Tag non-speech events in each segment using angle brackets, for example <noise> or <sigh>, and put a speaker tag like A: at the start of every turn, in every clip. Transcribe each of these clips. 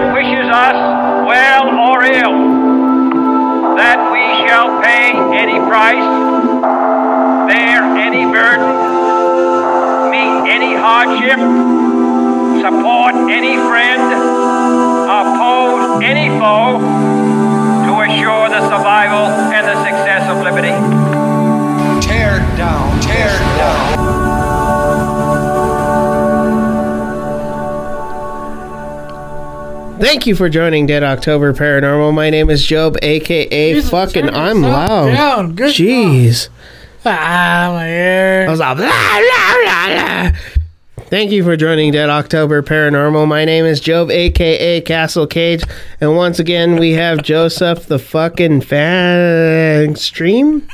A: us well or ill, that we shall pay any price, bear any burden, meet any hardship, support any friend, oppose any foe, to assure the survival and the success of liberty.
B: Tear down, tear down.
C: Thank you for joining Dead October Paranormal. My name is Job, aka
D: Jesus,
C: fucking
D: turn
C: I'm
D: yourself
C: loud.
D: down. Good
C: Jeez,
D: Ah, my ear.
C: I was all blah, blah, blah, blah. Thank you for joining Dead October Paranormal. My name is Job, aka Castle Cage, and once again we have Joseph the fucking
D: <laughs>
C: fan stream.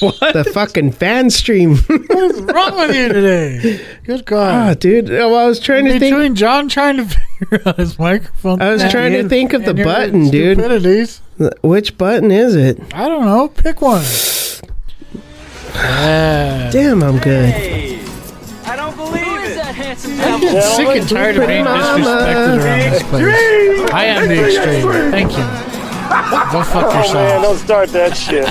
C: What the fucking fan stream?
D: What's wrong with you today? Good
C: <laughs> Ah,
D: God.
C: dude, oh, I was trying to think.
D: Between John trying to <laughs> figure out his microphone.
C: I was
D: thing
C: trying to think of the
D: and your
C: button, dude.
D: stupidities.
C: Which button is it?
D: I don't know. Pick one. Yeah.
C: Damn, I'm good.
D: I'm getting sick and tired of being
C: Mama.
D: disrespected around this place. I am the extreme. Thank you. Go fuck
E: Man,
D: yourself.
E: don't start that shit.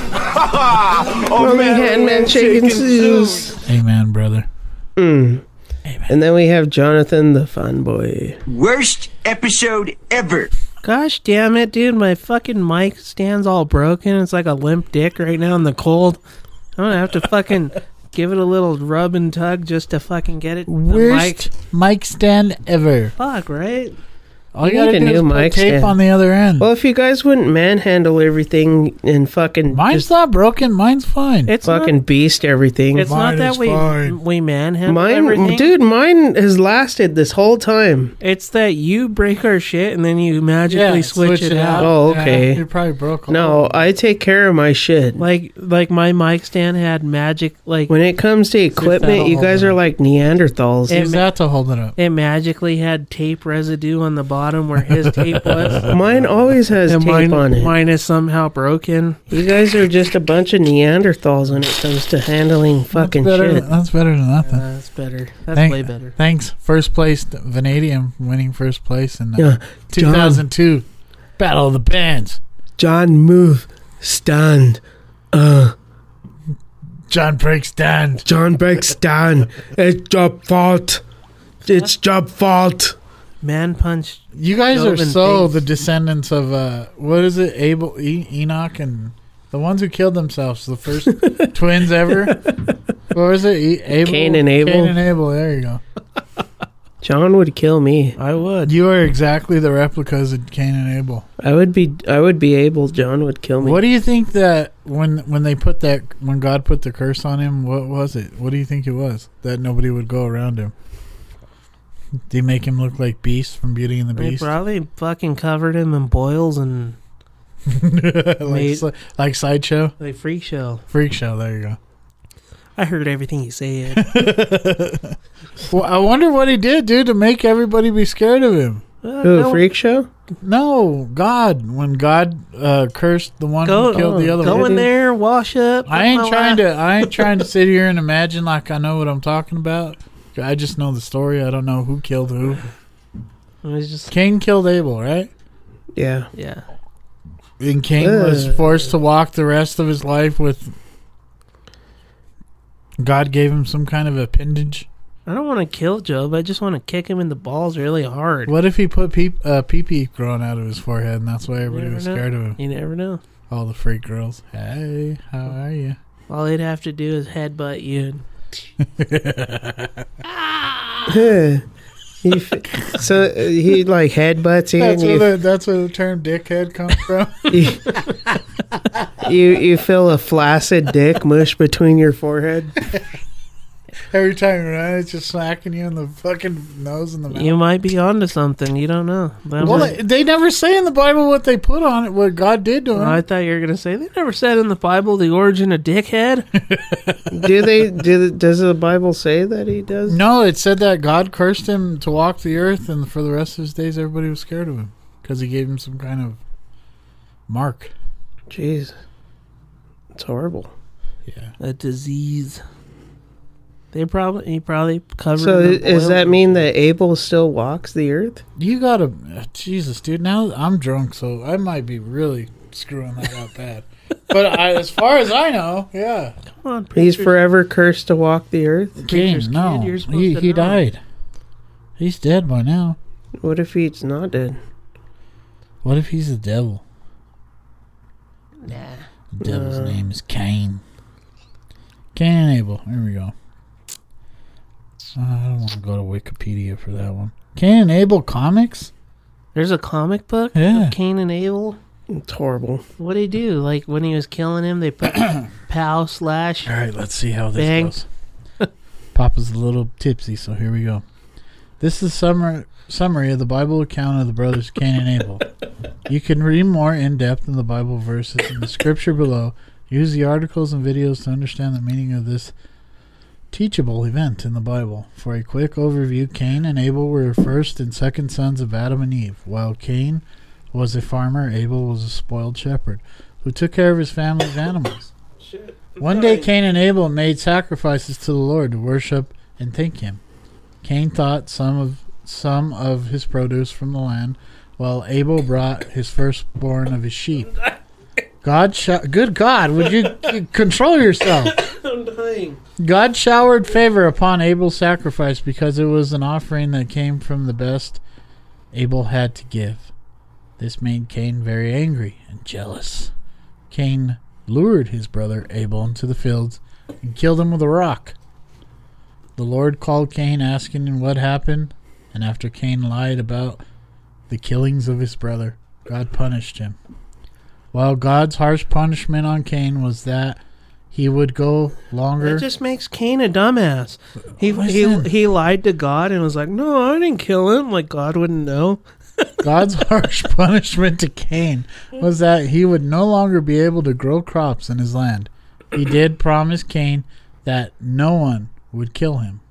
C: Only handman shaking shoes.
D: Amen, brother.
C: And then we have Jonathan the fun boy.
F: Worst episode ever.
C: Gosh damn it, dude. My fucking mic stand's all broken. It's like a limp dick right now in the cold. I'm gonna have to fucking give it a little rub and tug just to fucking get it. the
D: Worst mic stand ever.
C: Fuck, right?
D: All you
C: You need
D: gotta
C: a
D: do is
C: new
D: put
C: mic
D: tape
C: stand.
D: on the other end.
C: Well, if you guys wouldn't manhandle everything and fucking
D: Mine's
C: just
D: not broken. Mine's fine.
G: It's
C: fucking
G: not,
C: beast everything.
G: it's
D: Mine
G: not that
D: is
G: we
D: fine.
G: we manhandle
C: Mine,
G: everything.
C: dude, mine has lasted this whole time.
G: It's that you break our shit and then you magically switch, it out.
C: Oh, okay.
D: you probably broke. a lot.
C: No, I take care of my shit.
G: Like like my mic stand had magic like
C: When it comes to equipment, you guys are like Neanderthals.
G: it,
D: use
G: ma-
D: that to hold it up.
G: it magically had tape residue on the bottom where his tape
C: <laughs>
G: was.
C: Mine always has
G: And
C: tape
G: mine,
C: on it.
G: mine is somehow broken.
C: You guys are just a bunch of Neanderthals when it comes to handling fucking
D: That's better,
C: shit.
D: that's better than nothing.
G: That's better. Uh, That's
D: Thank-
G: way better.
D: Thanks, first place to Vanadium winning first place in uh,
C: Yeah,
D: 2002 Battle of the Bands.
C: John, move, stand. Uh,
D: John breaks down.
C: John breaks down. It's your fault. It's your fault.
G: Man punch.
D: You guys are
G: Job and
D: so
G: things.
D: the descendants of uh, what is it? Abel, e- Enoch, and the ones who killed themselves. The first
G: <laughs>
D: twins ever. What was it? E- Abel,
C: Cain and Abel.
D: Cain and Abel. There you go.
C: John would kill me.
G: I would.
D: You are exactly the replicas of Cain and Abel.
C: I would be. I would be able. John would kill me.
D: What do you think that when when they put that when God put the curse on him, what was it? What do you think it was that nobody would go around him? They make him look like Beast from Beauty and the
G: They
D: Beast, <laughs>
G: probably fucking covered him in boils and
D: like,
G: made-
D: si- like sideshow,
G: they freak show.
D: freak show. There you go.
G: I heard everything
D: <laughs>
G: you said.
D: Well, I wonder what he did, dude, to make everybody be scared of him.
G: Uh,
C: Who,
G: no-
C: freak show?
D: No, God, when God uh, cursed the one
G: Go-
D: who killed the
C: oh,
D: other
G: Go
D: one,
G: in there, wash up.
D: I ain't trying to. I
G: <laughs>
D: ain't trying to sit here and imagine like I know what I'm talking about. I just know the story. I don't know who killed who.
G: It was just
D: Cain killed Abel, right?
C: Yeah.
G: yeah.
D: And Cain was
C: Ugh.
D: forced to walk the rest of his life with. God gave him some kind of appendage.
G: I don't want to kill Job. I just want to kick him in the balls really hard.
D: What if he put pee uh, pee growing out of his forehead, and that's why everybody
G: never
D: was
G: know.
D: scared of him?
G: You never know.
D: All the freak girls. Hey, how are you?
G: All he'd have to do is headbutt you. And
D: <laughs>
C: He f- so uh, he like headbutts you.
D: That's
C: And
D: where the,
C: you,
D: that's where the term "dickhead" comes from. <laughs>
C: you you feel a flaccid dick mush between your forehead.
D: Every time you're on, it's just smacking you in the fucking nose and the mouth.
G: you might be onto something. You
C: <laughs>
G: don't know. That
D: Well,
G: was-
D: they, they never say in the Bible what they put on it, what God did to him.
G: Oh, I thought you were gonna say they never said in the Bible the origin
C: <laughs>
G: of dickhead.
C: Do they? Do does the Bible say that he does?
D: no, it said that God cursed him to walk the earth, and for the rest of his days, everybody was scared of him because he gave him some kind of mark.
C: Jeez, it's horrible.
D: Yeah.
G: A disease. They probably he probably covered.
C: So
G: it in
C: does
G: oil.
C: that mean that Abel still walks the earth?
D: You gotta, Jesus, dude. Now I'm drunk, so I might be really screwing that up bad. But I, as far as I know, yeah,
G: Come on,
C: He's
G: preacher.
C: forever cursed to walk the earth.
D: Cain,
G: kid,
D: no,
G: you're supposed
D: he,
G: to
D: he
G: know.
D: died. He's dead by now.
C: What if he's not dead?
D: What if he's the devil? Nah. The devil's name is Cain. Cain and Abel. There we go. Uh, I don't want to go to Wikipedia for that one. Cain and Abel comics?
G: There's a comic book.
D: Yeah.
G: of Cain and Abel.
C: It's horrible.
G: What do he do? Like when he was killing him,
D: <coughs>
G: they put pow slash.
D: All right, let's see how this
G: Bang.
D: goes. Papa's a little tipsy, so here we go. This is summary summary of the Bible account of the brothers Cain and Abel. You can read more in depth in the Bible verses in the scripture below. Use the articles and videos to understand the meaning of this teachable event in the Bible. For a quick overview, Cain and Abel were the first and second sons of Adam and Eve. While Cain was a farmer, Abel was a spoiled shepherd who took care of his family's animals. One day, Cain and Abel made sacrifices to the Lord to worship and thank Him. Cain thought some of some of his produce from the land, while Abel brought his firstborn of his sheep. God, sho- good God, would you c- control yourself?
G: I'm dying.
D: God showered favor upon Abel's sacrifice because it was an offering that came from the best Abel had to give. This made Cain very angry and jealous. Cain lured his brother Abel into the fields and killed him with a rock. The Lord called Cain, asking him what happened, and after Cain lied about the killings of his brother, God punished him. While God's harsh punishment on Cain was that he would go longer.
G: That just makes Cain a dumbass. He
D: Listen.
G: he he lied to God and was like, "No, I didn't kill him." Like God wouldn't know.
D: God's <laughs> harsh punishment to Cain was that he would no longer be able to grow crops in his land. He did promise Cain that no one would kill him.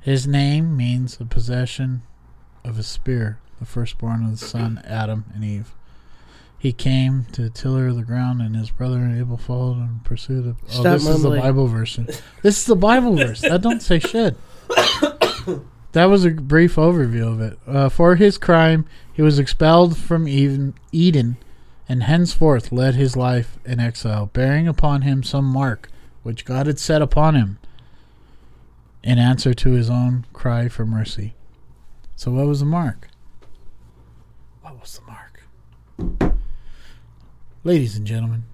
D: His name means the possession of a spear, the firstborn of the son Adam and Eve. He came to the tiller of the ground, and his brother Abel followed and pursued. Him. Oh,
C: Stop
D: this is the
C: mumbling.
D: Bible version. This is the Bible verse. That don't say
C: <coughs>
D: shit. That was a brief overview of it. Uh, for his crime, he was expelled from Eden, Eden and henceforth led his life in exile, bearing upon him some mark which God had set upon him in answer to his own cry for mercy. So, what was the mark? What was the mark? Ladies and gentlemen,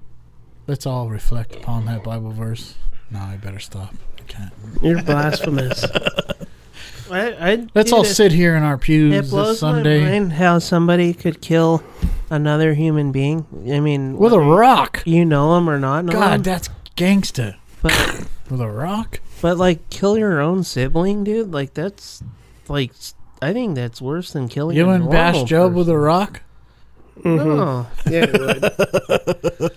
D: let's all reflect upon that Bible verse. No, I better stop. I can't.
C: You're blasphemous.
G: I, I
D: Let's
G: dude,
D: all
G: it-
D: sit here in our
G: It
D: pews this
G: blows my
D: Sunday
G: mind how somebody could kill another human being. I mean,
D: with a rock.
G: you know him or not, know
D: God,
G: him,
D: that's gangsta.
G: but
D: <coughs> With a rock?
G: but like kill your own sibling, dude. Like that's like s- I think that's worse than killing.
D: You
G: a
D: and bash
G: normal
D: Job
G: person.
D: with a rock?
G: No.
C: yeah, it would.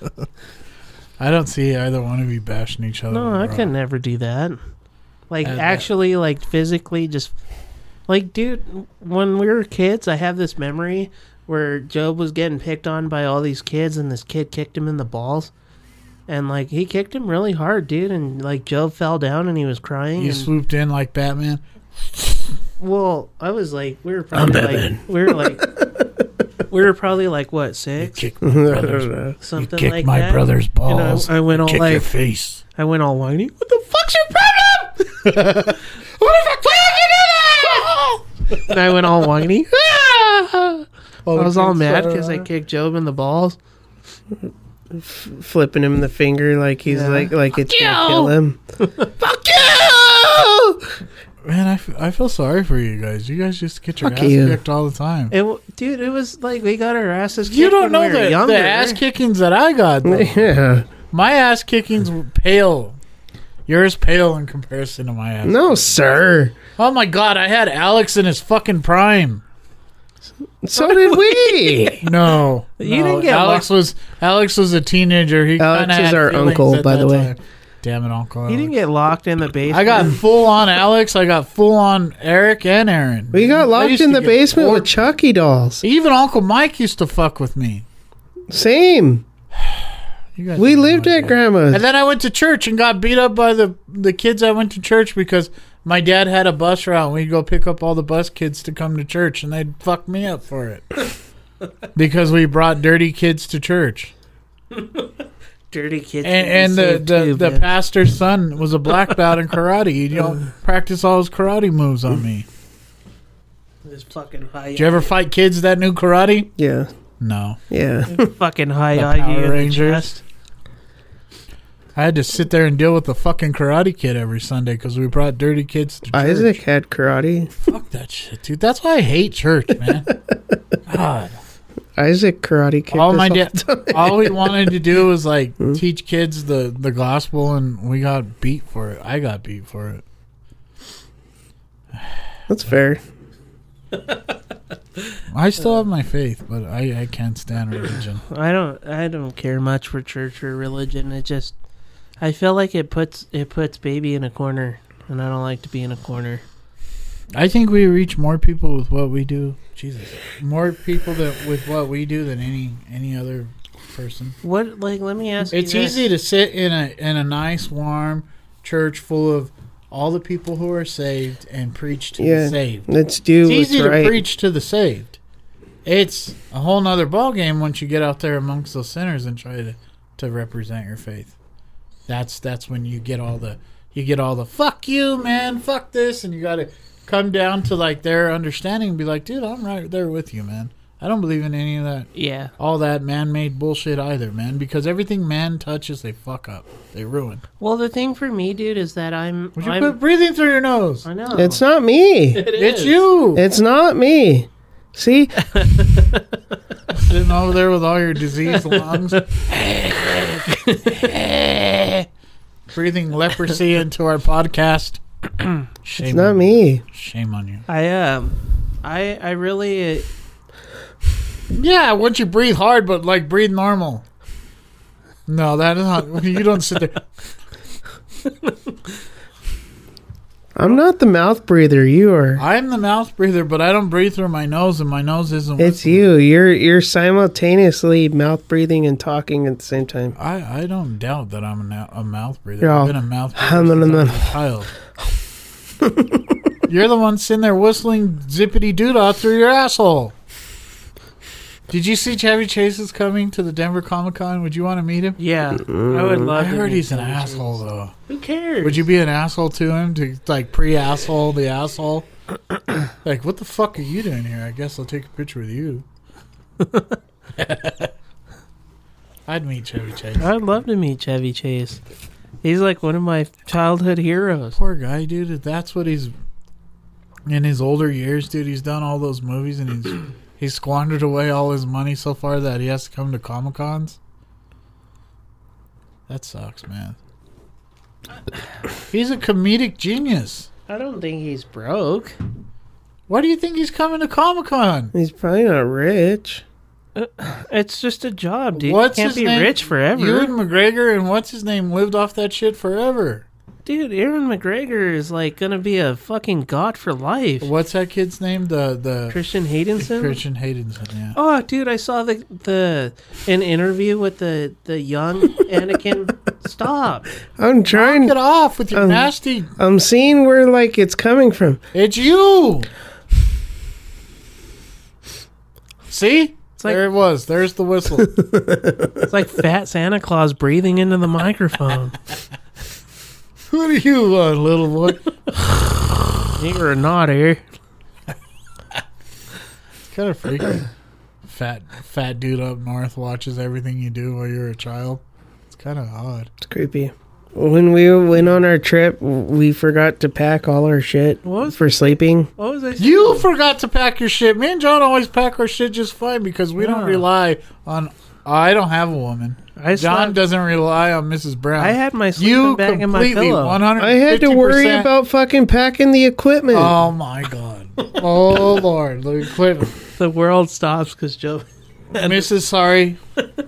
D: I don't see either one of you bashing each other.
G: No,
D: with a
G: I
D: rock.
G: could never do that. <laughs> Like
D: Uh,
G: actually, like physically, just like dude. When we were kids, I have this memory where Job was getting picked on by all these kids, and this kid kicked him in the balls, and like he kicked him really hard, dude. And like Job fell down, and he was crying.
D: You
G: and-
D: swooped in like
G: <laughs>
D: Batman.
G: well, I was like, we were probably like, we were like, we were probably like what six,
D: Kick my brother's,
G: something
D: kick
G: like
D: my
G: that.
D: brother's
G: And I-
D: balls.
G: I, went all
D: kick your
G: like,
D: face.
G: I went all whiny. What the fuck's your
C: <laughs>
G: problem? what the fuck? Why did you do that? and I went
C: <laughs>
G: all whiny. Ah! I was all mad because
C: Oh,
G: I kicked Job in the balls.
C: Flipping him the finger like he's
G: Yeah.
C: like like it's gonna kill him. Fuck you!
D: Man, I, f- I feel sorry for you guys. You guys just get your
C: Fuck
D: ass
C: you.
D: kicked all the time.
G: It, w- dude, it was like we got our asses kicked.
D: You don't
G: when
D: know
G: we were
D: the,
G: younger.
D: the ass kickings that I got. though.
C: <laughs> Yeah.
D: my ass kickings were pale. Yours pale in comparison to my ass.
C: No, sir.
D: Oh my god, I had Alex in his fucking prime.
C: So did we.
G: <laughs>
C: <laughs>
D: No,
G: You
D: no,
G: didn't get
D: Alex was Alex was a teenager. He
C: Alex
D: kinda
C: is
D: had
C: our
D: feelings
C: uncle,
D: at
C: by
D: that
C: the way.
D: time. Damn it, uncle!
G: You
D: Alex.
G: didn't get locked in the basement.
D: I
C: <laughs>
D: got full on Alex. I got full on Eric and Aaron.
C: We got
D: I
C: locked
D: used
C: in
D: to
C: the
D: get
C: basement
D: bored.
C: with Chucky dolls.
D: Even Uncle Mike used to fuck with me.
C: Same.
D: You guys
C: We
D: didn't
C: lived
G: Oh,
D: like
C: at
D: it.
C: grandma's.
D: And then I went to church and got beat up by the the kids I went to church because my dad had a bus route. We'd go pick up all the bus kids to come to church, and they'd fuck me up for
C: <laughs>
D: it because we brought dirty kids to church.
G: Dirty kids.
D: And,
G: can
D: and
G: be
D: the
G: saved
D: the,
G: too,
D: the
G: man.
D: pastor's son was a
G: <laughs>
D: black belt in karate. You don't practice all his karate moves on me.
G: This fucking high.
D: Did you ever fight kids that knew karate?
C: Yeah.
D: No.
C: Yeah.
G: fucking high
D: The
G: eye you
D: Power
G: in the
D: Rangers.
G: chest.
D: I had to sit there and deal with the fucking karate kid every Sunday because we brought dirty kids to church.
C: Isaac had karate.
D: Fuck that shit, dude. That's why I hate church, man. God.
C: Isaac karate kicked
D: all
C: us
D: my dad,
C: the time.
D: all we wanted to do was like teach kids the the gospel, and we got beat for it. I got beat for it.
C: That's fair.
D: I still have my faith, but I I can't stand religion.
G: I don't. I don't care much for church or religion. It just. I feel like it puts it puts baby in a corner, and I don't like to be in a corner.
D: I think we reach more people with what we do. Jesus, more people that with what we do than any any other person.
G: What like? Let me ask.
D: It's
G: you this.
D: easy to sit in a in a nice warm church full of all the people who are saved and preach to
C: Yeah.
D: the saved.
C: Let's do
D: It's easy
C: what's
D: to
C: right.
D: preach to the saved. It's a whole nother ballgame once you get out there amongst those sinners and try to, to represent your faith. That's that's when you get all the you get all the fuck you man, fuck this, and you gotta come down to like their understanding and be like, dude, I'm right there with you, man. I don't believe in any of that
G: Yeah.
D: all that man made bullshit either, man, because everything man touches they fuck up. They ruin.
G: Well, the thing for me, dude, is that I'm.
D: Would you
G: I'm
D: quit breathing through your nose?
G: I know.
C: It's not me.
D: It's you
C: It's not me. See,
D: sitting over there with all your diseased lungs. breathing leprosy into our podcast. Shame
C: it's not
D: on
C: me.
D: Shame on you.
G: I um. I I really. uh,
D: Yeah, once you breathe hard, but like breathe normal. No, that is not. You don't sit there.
C: I'm not the mouth breather. You are.
D: I'm the mouth breather, but I don't breathe through my nose, and my nose isn't.
C: It's you. You're you're simultaneously mouth breathing and talking at the same time.
D: I, I don't doubt that I'm a, na- a mouth breather.
C: Yeah.
D: I've been a mouth breather
C: I'm
D: since I
C: an-
D: was a child.
C: <laughs>
D: You're the one sitting there whistling zippity doodah through your asshole. Did you see Chevy Chase is coming to the Denver Comic Con? Would you want to meet him?
G: Yeah. I would
C: Mm-hmm.
D: I
G: love. to
D: heard
G: meet
D: he's an
G: Chevy Chase.
D: asshole though.
G: Who cares?
D: Would you be an asshole to him to like pre-asshole the asshole?
C: <clears throat>
D: like, what the fuck are you doing here? I guess I'll take a picture with you.
C: <laughs>
D: I'd meet Chevy Chase.
G: I'd love to meet Chevy Chase. He's like one of my childhood heroes.
D: poor guy, dude. if That's what he's in his older years, dude. He's done all those movies and he's he's squandered away all his money so far that he has to come to comic cons. That sucks, man. He's a comedic genius.
G: I don't think he's broke.
D: Why do you think he's coming to Comic Con?
C: He's probably not rich.
G: Uh, It's just a job, dude.
D: What's
G: you can't
D: his
G: be
D: name?
G: rich forever.
D: Ewan McGregor and what's his name lived off that shit forever.
G: Dude, Aaron McGregor is like gonna be a fucking god for life.
D: What's that kid's name? The the
G: Christian Haydenson?
D: Christian Haydenson. Yeah.
G: Oh, dude, I saw the the an interview with the the young Anakin. Stop.
C: <laughs> I'm trying.
D: Get off with your
G: Oh.
C: Um,
D: nasty.
C: I'm seeing where like it's coming from.
D: It's you. See?
G: like-
D: there it was. There's the
G: <laughs>
D: whistle.
G: It's like fat Santa Claus breathing into the <laughs> microphone.
D: what are you, uh, little boy?
G: You're a naughty.
D: kind of freaky. Fat, fat dude up north watches everything you do while you're a child. It's kind of odd.
C: It's creepy. When we went on our trip, we forgot to pack all our shit
G: What?
C: for sleeping.
G: What was I saying?
D: You forgot to pack your shit. Me and John always pack our shit just fine because we don't
G: Yeah.
D: rely on. I don't have a woman.
G: I
D: John
G: slept-
D: doesn't rely on Mrs. Brown.
G: I had my sleeping bag and my pillow.
D: 150%.
C: I had to worry about fucking packing the equipment.
D: Oh my god. <laughs> Oh lord. Look, quit.
G: The world stops because Joe. <laughs>
D: Mrs. Sorry.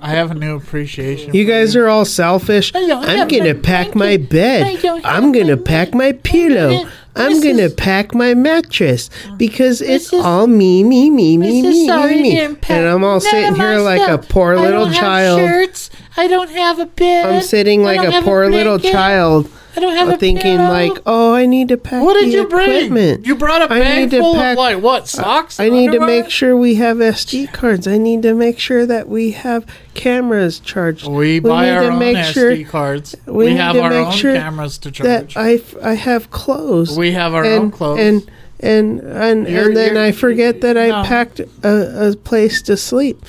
D: I have a new appreciation.
C: you guys are all selfish.
D: don't
C: I'm
D: have
C: gonna
D: my-
C: pack my bed.
D: don't
C: I'm gonna pack my pillow. I'm gonna pack my mattress because it's all me, me, me, me, me, me, me. And I'm all sitting here like a poor little child.
D: Shirts.
G: I don't have a pen.
C: I'm sitting
G: I
C: like
G: don't
C: a
G: have
C: poor little
G: blanket.
C: child,
G: I don't have a
C: thinking
G: pillow."
C: like, "Oh, I need to pack
G: What
C: the
G: did you bring?
C: equipment.
G: You brought a
C: I
G: bag
C: need to
G: full
C: pack-
G: of like what socks?
C: I need to
G: underwear?
C: make sure we have SD cards. I need to make sure that we have cameras charged.
D: We buy
C: need
D: our
C: to
D: own
C: make
D: SD
C: sure
D: cards. We,
C: we need
D: have
C: to
D: our
C: make
D: own
C: sure
D: cameras to charge.
C: that I, f- I have clothes.
D: we have our
C: and,
D: own clothes.
C: And and and,
D: You're-
C: and then
D: you're-
C: I forget that I
D: no.
C: packed a, a place to sleep.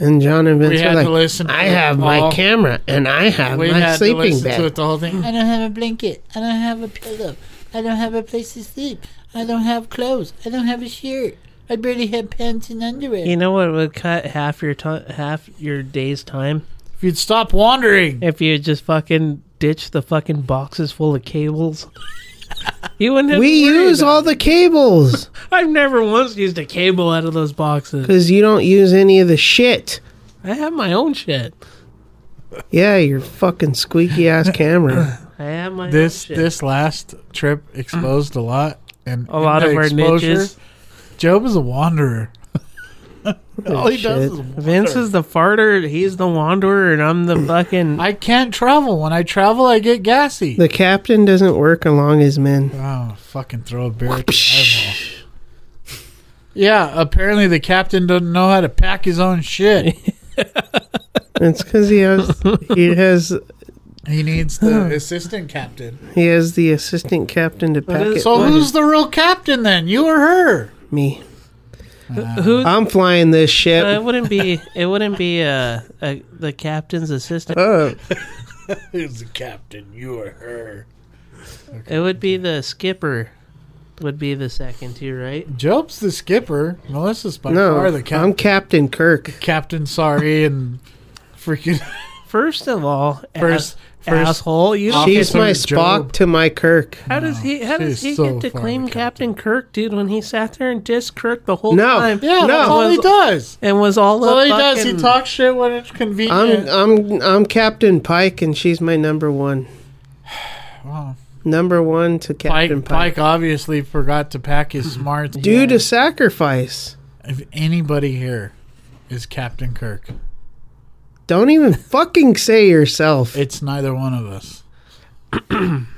C: And John and Vince
D: had
C: were
D: to
C: like,
D: listen to
C: "I
D: it
C: have my
D: all.
C: camera and I have
D: we
C: my
D: had to
C: sleeping
D: listen to
C: bag."
D: it the whole thing.
G: I don't have a blanket. I don't have a pillow. I don't have a place to sleep. I don't have clothes. I don't have a shirt. I barely have pants and underwear. You know what would cut half your ti half your day's time
D: If you'd stop wandering,
G: if you just fucking ditch the fucking boxes full of cables. you wouldn't. Have
C: We
G: to worry
C: use
G: about
C: all the cables
G: it. I've never once used a cable out of those boxes.
C: because you don't use any of the shit.
G: I have my own shit.
C: Yeah, your fucking squeaky
G: <coughs>
C: ass camera.
G: I have my
D: this
G: own shit. Mm.
D: this last trip exposed a lot, and
G: a lot of our niches.
D: Job is a wanderer. <laughs> all he does
C: Shit.
D: is wander.
G: Vince is the farter. He's the wanderer, and I'm the
D: <clears throat>
G: fucking.
D: I can't travel. When I travel, I get gassy.
C: The captain doesn't work along his men.
D: Oh, fucking throw a beer at the eyeball. Yeah, apparently the captain doesn't know how to pack his own shit.
G: <laughs>
C: It's because he has he has
D: He needs the assistant captain.
C: he has the assistant captain to pack it.
D: So who's the real captain then? You or her?
C: me?
D: Uh,
G: who
C: I'm flying this ship.
G: Uh, it wouldn't be. It wouldn't be uh, uh, the captain's assistant.
C: Oh,
D: Who's the captain? You or her?
G: It would be the skipper. Would be the second tier, right?
D: Job's the skipper. Melissa's by far
C: no,
D: the captain.
C: I'm Captain Kirk.
D: captain, sorry, and
C: <laughs>
D: freaking
G: First of all,
D: First-
G: first,
D: first
G: asshole. You don't
C: She's
G: get,
D: Officer
C: my
D: Job.
C: Spock to my Kirk.
G: how does he? How does
D: she's
G: he
D: so
G: get to
D: far
G: claim
D: the captain.
G: Captain Kirk, dude? When he sat there and dissed Kirk the whole
C: No.
G: time.
D: yeah. That's
C: No.
D: all he does.
G: And was all
D: That's all
G: up
D: he does. He
G: fucking-
D: talks shit when it's
C: I'm
D: convenient.
C: I'm I'm Captain Pike, and she's my number one.
D: <sighs> Wow.
C: Number one to
D: Pike,
C: Captain
D: Pike.
C: Pike.
D: obviously forgot to pack
C: <laughs>
D: his smarts.
C: Due to sacrifice.
D: If anybody here is Captain Kirk,
C: Don't even fucking say yourself.
D: it's neither one of us. <clears throat>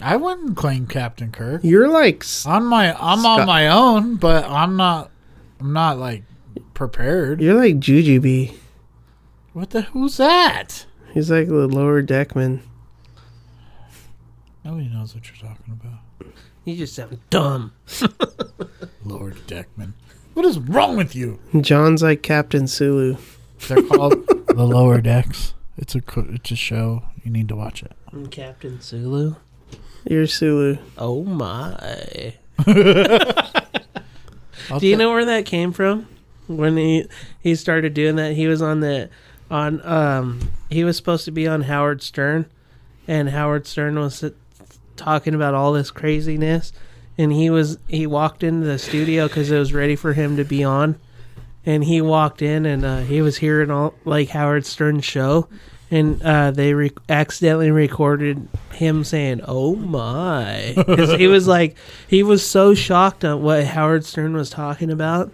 D: I wouldn't claim Captain Kirk.
C: You're like s-
D: On my, I'm on
C: Scott-
D: my own, but I'm not. I'm not like prepared.
C: you're like Jujubee.
D: What the? Who's that?
C: He's like the lower deckman.
D: Nobody knows what you're talking about.
G: You just sound dumb.
D: Lord Deckman. What is wrong with you?
C: John's like Captain Sulu.
D: They're <laughs> called the Lower Decks. It's a co- it's a show. You need to watch it.
G: I'm Captain Zulu.
C: You're Sulu.
G: Oh my.
D: I'll
G: Do you
D: ta-
G: know where that came from? When he he started doing that, he was on the on um he was supposed to be on Howard Stern, and Howard Stern was sit- talking about all this craziness, and he was he walked into the studio because it was ready for him to be on, and he walked in and uh, he was hearing all like Howard Stern's show, and uh, they re- accidentally recorded him saying "Oh my," 'Cause he was like he was so shocked at what Howard Stern was talking about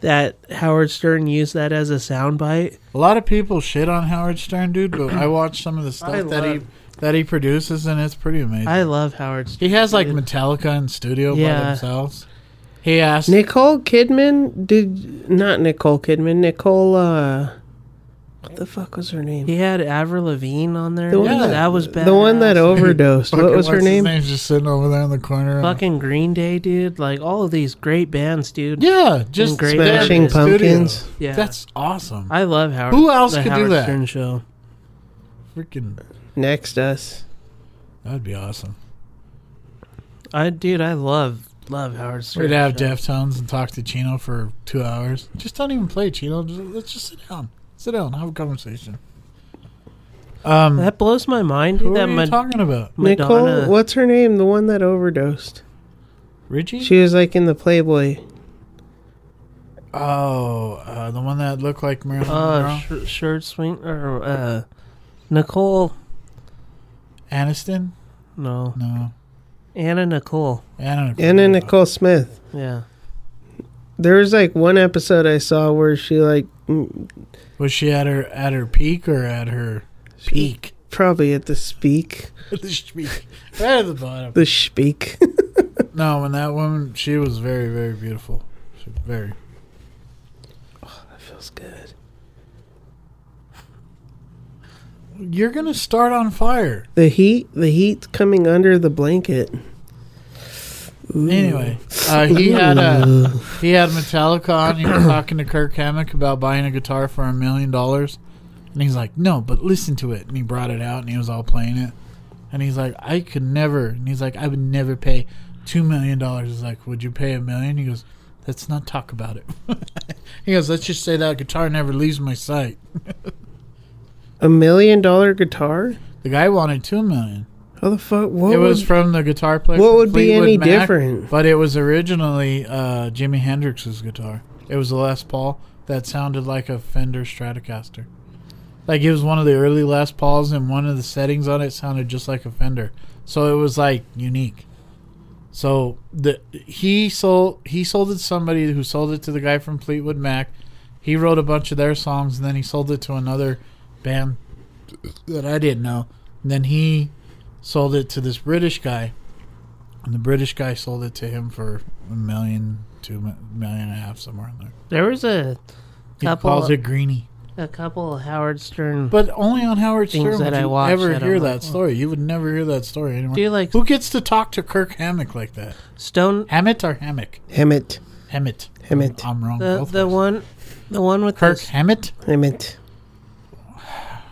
G: that Howard Stern used that as a soundbite.
D: A lot of people shit on Howard Stern, dude, but I watch some of the stuff
G: I
D: that he
G: love-
D: that he produces, and it's pretty amazing.
G: I love Howard. Stern.
D: he has like Metallica in studio by
G: Yeah.
D: themselves. He asked
C: Nicole Kidman did not Nicole Kidman. Nicole uh what the fuck was her name?
G: He had Avril Lavigne on there.
C: The one
G: Yeah,
C: that-
G: that, was bad.
C: The one that overdosed. what
D: Fucking
C: was her
D: what's his
C: name?
D: name's just sitting over there in the corner.
G: fucking Green Day, dude. Like all of these great bands, dude.
D: yeah, just
G: And Great
D: there in
G: Smashing
D: the studio.
C: Pumpkins.
G: Yeah.
D: That's awesome.
G: I love Howard.
D: Who else
G: the
D: could do
G: Howard
D: that?
G: Stern show.
D: Freaking,
C: Next us.
D: that'd be awesome.
G: I dude, I love love Howard Stern.
D: We'd have
G: show.
D: Deftones and talk to Chino for two hours. Just don't even play Chino. Just, let's just sit down, sit down, have a conversation. Um,
G: That blows my mind.
D: who
G: Dude,
D: are
G: that
D: you
G: Ma-
D: talking about?
G: Madonna.
C: Nicole, what's her name? The one that overdosed.
D: Richie?
C: She was like in the Playboy.
D: oh, uh, the one that looked like Marilyn
G: Uh,
D: Monroe,
G: sh- shirt swing or uh, Nicole?
D: Aniston.
G: No,
D: No,
G: Anna Nicole.
D: Anna. Nicole.
C: Anna Nicole Smith.
G: Yeah,
C: there was like one episode I saw where she like mm,
D: Was she at her at her peak or at her peak?
C: probably at the speak,
D: <laughs> At the peak. Right at the bottom.
C: the speak. <laughs>
D: No, when that woman, she was very, very beautiful. She was very.
C: that feels good.
D: You're gonna start on fire
C: The heat, the heat's coming under the blanket.
D: anyway. <laughs> Uh,
C: <laughs>
D: he had a he had Metallica on. He was talking to Kirk Hammett about buying a guitar for a million dollars, and he's like, "No, but listen to it." And he brought it out, and he was all playing it, and he's like, "I could never." And he's like, "I would never pay two million dollars." He's like, "Would you pay a million? He goes, "Let's not talk about it." <laughs> he goes, "Let's just say that guitar never leaves my sight."
C: A million dollar guitar?
D: The guy wanted two million.
C: How the fuck? What
D: it was
C: would-
D: from the guitar player.
C: what
D: from
C: would be
D: Fleetwood
C: any
D: Mac,
C: different?
D: But it was originally uh, Jimi Hendrix's guitar. It was a Les Paul that sounded like a Fender Stratocaster. Like it was one of the early Les Pauls, and one of the settings on it sounded just like a Fender. So it was like unique. So the he sold he sold it to somebody who sold it to the guy from Fleetwood Mac. He wrote a bunch of their songs, and then he sold it to another band that I didn't know. And then he sold it to this British guy, and the British guy sold it to him for a million, two mi- million and a half, somewhere in there.
G: There was a
D: He
G: Couple-
D: calls it greenie,
G: a couple of Howard Stern.
D: but only on Howard
G: Things
D: Stern
G: that
D: would
G: I
D: you
G: watched
D: ever
G: that I'm
D: hear
G: like,
D: that story. You would never hear that story anymore.
G: Do you like-
D: who gets to talk to Kirk Hammock like that?
G: Stone
D: Hammett or Hammock?
C: Hemet,
D: Hammett.
C: Hammett.
D: I'm wrong.
G: the
D: both
G: the
D: ways.
G: one the one with
D: Kirk
G: the, s-
D: Hammett.
C: Hemet.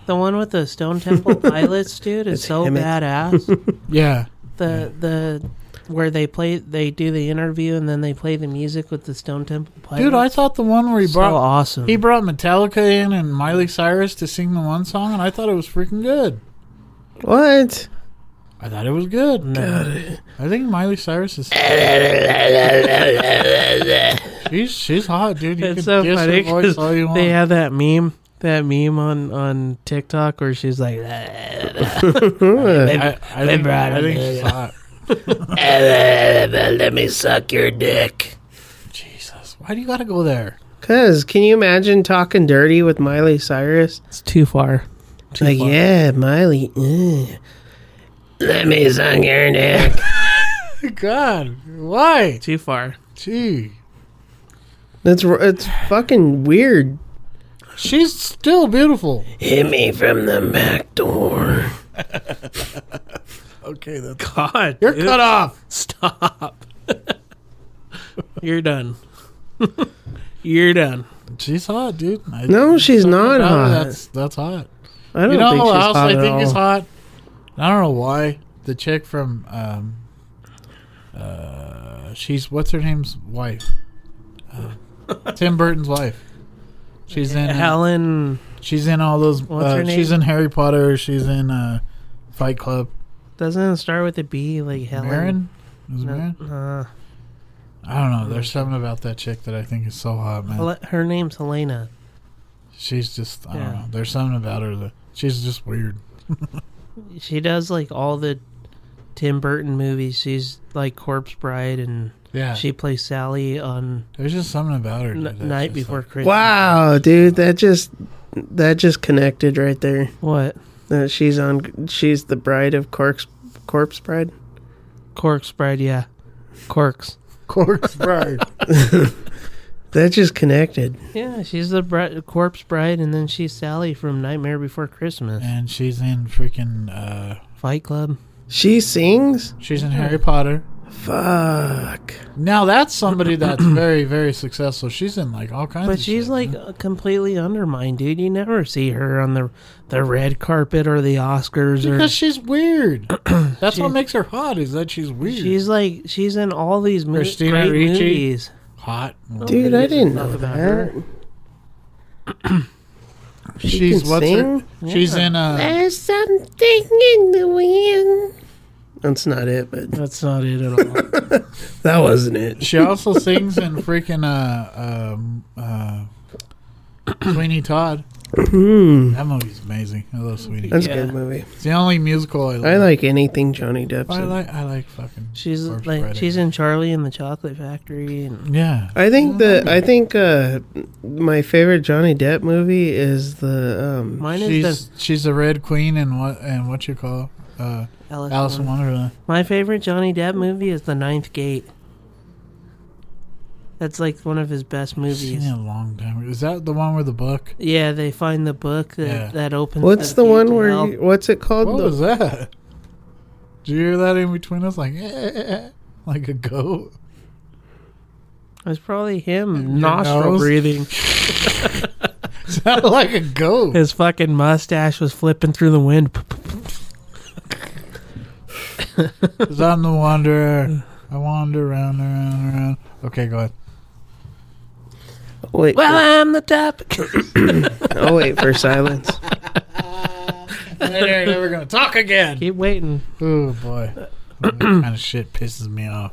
G: the one with the
D: <laughs>
G: Stone Temple Pilots dude is
C: It's
G: so
C: him, it-
G: badass.
D: Yeah.
G: the the where they play they do the interview and then they play the music with the Stone Temple Pilots.
D: Dude, I thought the one where he
G: so
D: brought
G: awesome.
D: he brought Metallica in and Miley Cyrus to sing the one song, and I thought it was freaking good.
C: What?
D: I thought it was good. I think Miley Cyrus is. she's she's hot, dude. You
G: it's
D: can
G: so
D: diss her
G: funny
D: voice all you
G: because
D: want.
G: they have that meme that meme on on TikTok where she's like
D: I, I think, I think she's hot.
G: <laughs> let me suck your dick.
D: Jesus, why do you gotta go there?
C: Cause can you imagine talking dirty with Miley Cyrus?
G: It's too far.
C: like, yeah, Miley. eh. Let me suck your dick.
D: God, why?
G: Too
D: <laughs>
G: far.
D: Gee,
C: That's r- it's fucking weird.
D: she's still beautiful.
C: Hit me from the back door.
D: Okay, that's
G: God,
D: <laughs> you're
G: dude.
D: cut off.
G: Stop. You're done. <laughs> You're done.
D: She's hot, dude. I-
C: No, she's not
D: no,
C: hot.
D: That's that's hot.
C: I don't
D: You know
C: think
D: who
C: she's
D: else
C: hot
D: I
C: at
D: think is
C: all.
D: hot? I don't know why. The chick from um, uh, she's what's her name's wife? Uh, Tim Burton's wife. She's in. uh,
G: Helen.
D: She's in all those.
G: What's
D: uh,
G: her name?
D: She's in Harry Potter. She's in uh, Fight Club.
G: Doesn't it start with a B like Helen?
D: Marin. Is it
G: No,
D: Marin?
G: uh,
D: I don't know. There's something about that chick that I think is so hot, man.
G: Hel- her name's Helena.
D: She's just. I
G: Yeah.
D: don't know. There's something about her that she's just weird.
G: She does like all the Tim Burton movies. She's like Corpse Bride, and
D: Yeah.
G: she plays Sally on
D: There's just something about her. dude,
G: N-
D: that's
G: Night
D: just
G: Before
D: <laughs> like-
G: Christmas.
C: Wow, dude, that just that just connected right there.
G: What?
C: Uh, she's on. She's the bride of Corks, Corpse Bride.
G: Corpse Bride, yeah.
D: <laughs>
G: Corks.
D: Corpse
C: <laughs>
D: Bride.
C: That just connected.
G: Yeah, she's the bri- Corpse Bride, and then she's Sally from Nightmare Before Christmas.
D: and she's in freaking uh
G: Fight Club.
C: She sings.
D: she's in Harry Potter.
C: Fuck.
D: Now that's somebody
G: <clears throat>
D: that's very very successful. She's in like all kinds.
G: But
D: of
G: she's
D: shit,
G: like
D: man.
G: uh, completely undermined, dude. You never see her on the the red carpet or the Oscars or
D: because she's
G: <clears throat>
D: weird. that's
G: She-
D: what makes her hot is that she's weird.
G: she's like she's in all these mo-
D: Christina
G: great
D: Ricci?
G: movies.
D: hot.
C: Dude, I didn't
G: Talk
C: know
G: about
C: that.
G: her.
D: she's
C: can
D: what's
C: sing?
D: her? She's in uh
C: There's something in the wind. That's not it, but
G: That's not it at all.
C: that wasn't it.
D: she also sings in freaking uh um uh Sweeney Todd. That movie's amazing. I love Sweetie.
C: Hmm. That's
G: Yeah.
C: a good movie.
D: It's the only musical I like.
C: I like anything Johnny Depp's
D: I
C: in.
D: like. I like fucking.
G: <laughs> She's
D: Corpse
G: like
D: Bride, I
G: she's
D: guess.
G: in Charlie and the Chocolate Factory and
D: Yeah.
C: I think the I think uh, my favorite Johnny Depp movie is the um,
G: mine is
D: She's she's the Red Queen and what and what you call uh,
G: the Alice.
D: Alice in
G: in Wonderland.
D: Wonderland.
G: My favorite Johnny Depp movie is The Ninth Gate. That's like one of his best
D: Seen
G: movies.
D: it a long time. Is that the one with the book?
G: Yeah, they find the book that,
D: Yeah.
G: that opens.
C: what's the
G: gate
C: one
G: to
C: where
G: hell.
C: you- what's it called
D: What
C: The-
D: was that? Did you hear that in between us? Like, eh, eh, eh, eh, like a goat. <laughs>
G: It was probably
D: Your
G: him nostril
D: nose?
G: breathing.
D: Sounded like a goat. <laughs>
G: His fucking mustache was flipping through the wind. P- p-
D: Cause I'm the wanderer. I wander round and round and round. Okay, go <laughs> ahead.
C: Wait,
G: Well, I'm
C: <coughs>
G: the topic.
C: I'll wait for silence.
D: Later, you're never gonna talk again.
G: Keep waiting.
D: Oh <clears throat> boy, that kind of shit pisses me <laughs> off.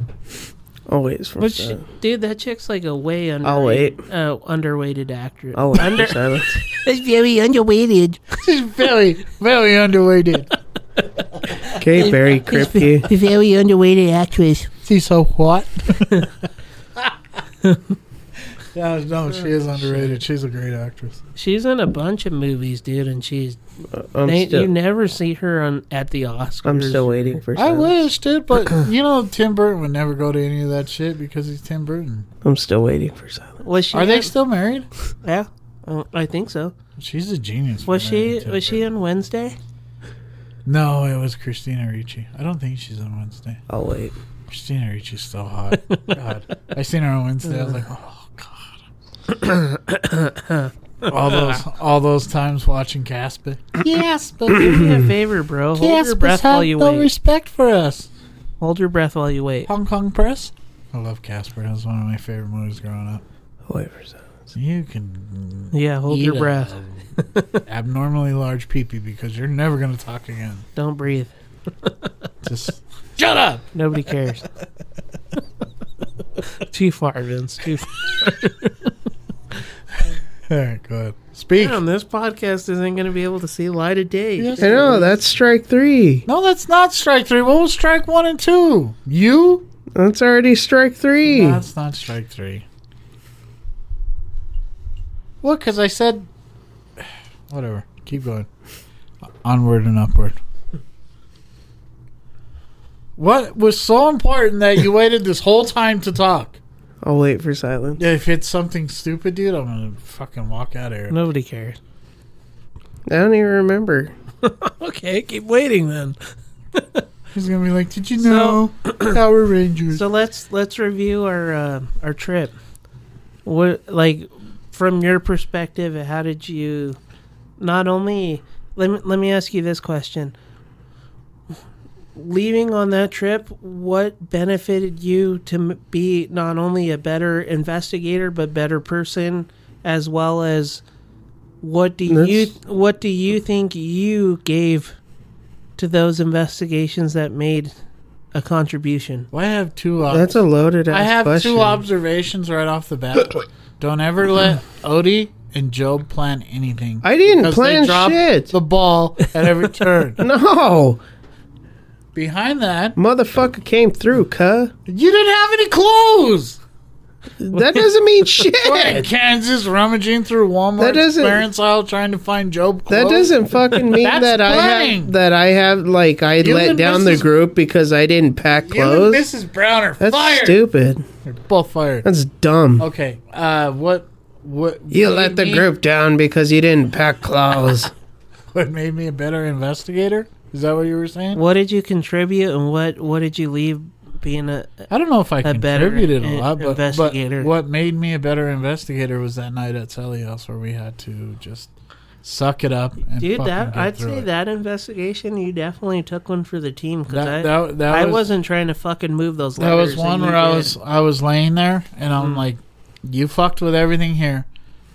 C: I'll wait for
G: But she,
C: silence.
G: dude, that chick's like a way under.
C: Uh, I'll wait.
G: Uh, underweighted actress.
C: I'll wait for silence. <laughs>
G: It's very underweighted.
D: She's very, very underweighted.
C: Okay, very creepy.
G: very underweighted actress.
D: She's so <laughs> what? no, no, she is underrated. She's a great actress.
G: She's in a bunch of movies, dude, and she's
C: I'm
G: they, you
C: still,
G: never see her on at the Oscars.
C: I'm still waiting for
D: I
C: silence.
D: wish, dude,
G: <clears throat>
D: but you know Tim Burton would never go to any of that shit because he's Tim Burton.
C: I'm still waiting for silence.
G: Was she?
D: Are they
G: in-
D: still married?
G: Yeah, Uh, I think so.
D: She's a genius. for
G: Was she?
D: marrying Tim
G: Was she
D: Burton.
G: on Wednesday?
D: No, it was Christina Ricci. I don't think she's on Wednesday.
C: I'll wait.
D: Christina Ricci's so <laughs> hot. God, I seen her on Wednesday. I was like, oh <coughs> god. all those, all those times watching Casper.
G: Yes, but do me <coughs> a favor, bro. Hold your breath while you wait.
D: respect for us.
G: Hold your breath while you wait.
D: Hong Kong Press. I love Casper. That was one of my favorite movies growing up.
C: I'll wait for silence.
D: You can
G: Yeah, hold
D: eat
G: your
D: a
G: breath.
D: abnormally large peepee because you're never gonna talk again.
G: Don't breathe.
D: Just <laughs>
G: Nobody <laughs> cares. too far, Vince. Too far.
D: all right, go ahead. Speak.
G: Damn, this podcast isn't going to be able to see light of day.
D: Yes.
C: I know that's strike three.
D: No, that's not strike three. What was strike one and two? You?
C: That's already strike three.
D: That's not strike three. What? Because I said. <sighs> Whatever. Keep going. Onward and upward. What was so important that you waited this whole time to talk?
C: I'll wait for silence.
D: If it's something stupid, dude, I'm gonna fucking walk out of here.
G: Nobody cares.
C: I don't even remember.
G: Okay, keep waiting then.
D: He's gonna be like, "Did you
G: So-
D: know
G: <clears throat>
D: Power Rangers?"
G: So let's let's review our uh, our trip. What like from your perspective, how did you not only let me, let me ask you this question. Leaving on that trip, what benefited you to m- be not only a better investigator but better person as well as what do you
C: That's-
G: what do you think you gave to those investigations that made a contribution?
D: Well, I have two. Op-
C: That's a loaded.
D: I
C: ass
D: have
C: question.
D: two observations right off the bat. Don't ever
C: <clears throat>
D: let Odie and Job plan anything.
C: I didn't
D: because they
C: plan
D: drop
C: shit.
D: The ball at
C: <laughs>
D: every turn.
C: No,
D: Behind that,
C: motherfucker came through, cuh.
D: you didn't have any clues. <laughs>
C: That doesn't mean shit.
D: What, Kansas rummaging through
C: That
D: Walmart's
C: doesn't-
D: clearance aisle trying to find Job. Clothes.
C: That doesn't fucking mean
D: That's
C: that I
D: planning.
C: have that I have like I
D: You
C: let
D: and
C: down the
D: Mrs.
C: group because I didn't pack
D: You and
C: clothes.
D: Mrs. Brown are
C: That's
D: fired.
C: stupid.
D: You're both fired.
C: That's dumb.
D: Okay. Uh, what? What?
C: You
D: what
C: let the
D: made-
C: group down because you didn't pack clothes.
D: <laughs> What made me a better investigator? Is that what you were saying?
G: What did you contribute, and what what did you leave being a?
D: I don't know if I
G: better
D: contributed
G: in-
D: a lot, but, but
G: investigator.
D: what made me a better investigator was that night at Sally House where we had to just suck it up and
G: Dude,
D: fucking
G: that
D: get
G: I'd
D: through
G: say
D: it.
G: that investigation you definitely took one for the team because
D: That-
G: I
D: that- that
G: I
D: was-
G: wasn't trying to fucking move those.
D: There
G: Letters
D: was one
G: you
D: where I
G: did. Hmm.
D: was I was laying there and I'm like, "You fucked with everything here.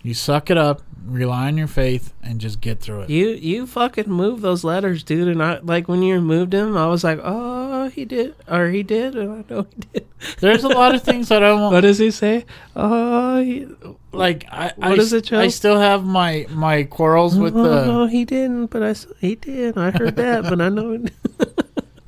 D: You suck it up. Rely on your faith and just get through it."
G: You you fucking moved those letters, dude, and I like when you moved them, I was like, oh know he did, or he did, and I know he did. <laughs>
D: There's a lot of things that I won't.
G: What does he say? Oh, he,
D: like I, I
G: What is
D: s-
G: it, Joe?
D: I still have my my quarrels with
G: oh, <laughs>
D: the
G: he didn't, but I s- he did. I heard that, but I know. He <laughs> did.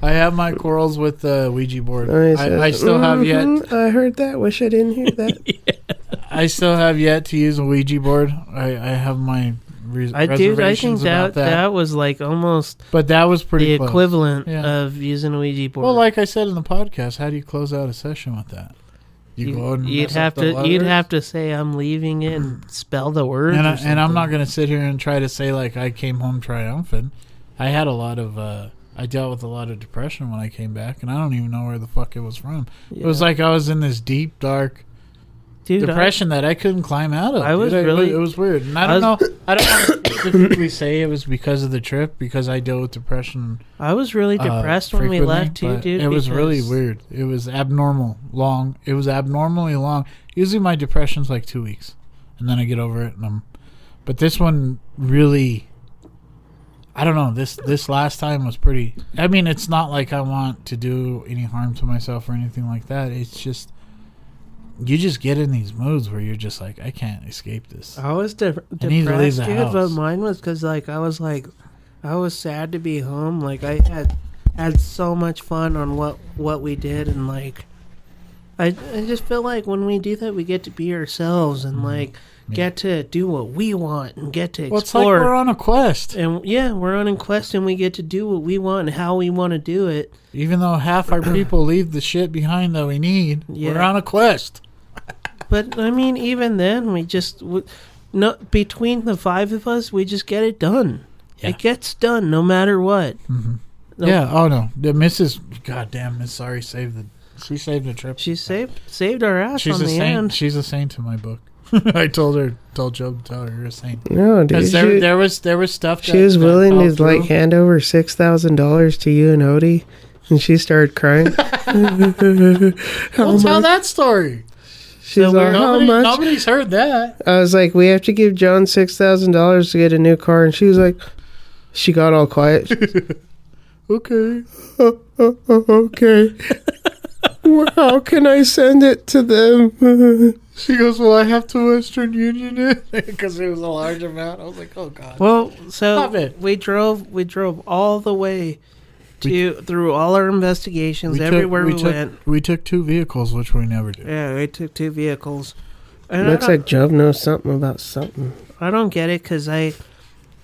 D: I have my quarrels with the Ouija board.
C: I, said,
D: <laughs> I, I still have yet
G: Mm-hmm.
C: "Mhm, I heard that. Wish I didn't hear that.
D: <laughs> I still have yet to use a Ouija board. I I have my re-
G: I dude, I think
D: reservations
G: that,
D: about
G: that
D: that.
G: was like almost
D: But that was pretty
G: the
D: close.
G: equivalent
D: Yeah.
G: of using a Ouija board.
D: Well, like I said in the podcast, how do you close out a session with that? You, go out and
G: would
D: mess up
G: have
D: the
G: to you'd
D: letters? Hmm.
G: have to say I'm leaving it and spell the word.
D: and,
G: or
D: I, and I'm
G: something.
D: not going to sit here and try to say like I came home triumphant. I had a lot of uh, I dealt with a lot of depression when I came back, and I don't even know where the fuck it was from. It was
G: Yeah.
D: like I was in this deep dark
G: dude, I-
D: depression that I couldn't climb out of.
G: I was
D: dude.
G: really-
D: it was weird, and I
G: I
D: don't know. I don't wanna <coughs> specifically say it was because of the trip because I deal with depression.
G: I, was really
D: uh,
G: depressed when we
D: frequently,
G: left too,
D: but
G: dude.
D: It was really
G: because-
D: weird. It was abnormal long. It was abnormally long. Usually my depression's like two weeks, and then I get over it, and I'm. But this one really. I don't know. This this last time was pretty. I mean, it's not like I want to do any harm to myself or anything like that. It's just you just get in these moods where you're just like, I can't escape this.
G: I was de-
D: I need to leave
G: depressed,
D: the
G: dude, but
D: house.
G: mine was because like I was like, I was sad to be home. Like I had had so much fun on what what we did, and like I I just feel like when we do that, we get to be ourselves and like get to do what we want and get to
D: Hmm. Well, it's like
G: explore.
D: we're on a quest.
G: and yeah, we're on a quest, and we get to do what we want and how we want to do it.
D: Even though half
G: <clears throat>
D: our people leave the shit behind that we need, we're
G: Yeah.
D: on a quest.
G: But I mean, even then, we just w- no between the five of us, we just get it done.
D: Yeah.
G: It gets done no matter what. Nope.
D: Yeah. Oh no, the Mrs. Goddamn, Miss Sorry saved the. She saved the trip.
G: She saved saved our ass
D: she's
G: on
D: a
G: the
D: saint.
G: end.
D: She's a saint in my book. <laughs> I told her, told Job, to tell her you're a saint.
C: No, dude.
D: Because there,
C: she-
D: there was there was stuff.
C: She
D: that-
C: was
D: that
C: willing
D: fell
C: to like
D: through.
C: hand over six thousand dollars to you and Odie, and she started crying.
D: <laughs> Don't tell that story.
C: She's like, "How
D: Nobody,
C: much?"
D: nobody's heard that.
C: I was like, "We have to give Joan six thousand dollars to get a new car," and she was like, "She got all quiet."
D: Okay.
C: "Oh, oh,
D: <laughs>
C: okay, Well, how can I send it to them? <laughs>
D: She goes, well, I have to Western Union it <laughs> because it was a large amount. I was like, oh god.
G: Well,
D: Stop
G: so
D: it.
G: we drove we drove all the way to through all our investigations everywhere we,
D: took,
G: went.
D: we took two vehicles, which we never do.
G: Yeah, we took two vehicles. And I
C: Looks
G: don't,
C: like Job knows something about something.
G: I don't get it because I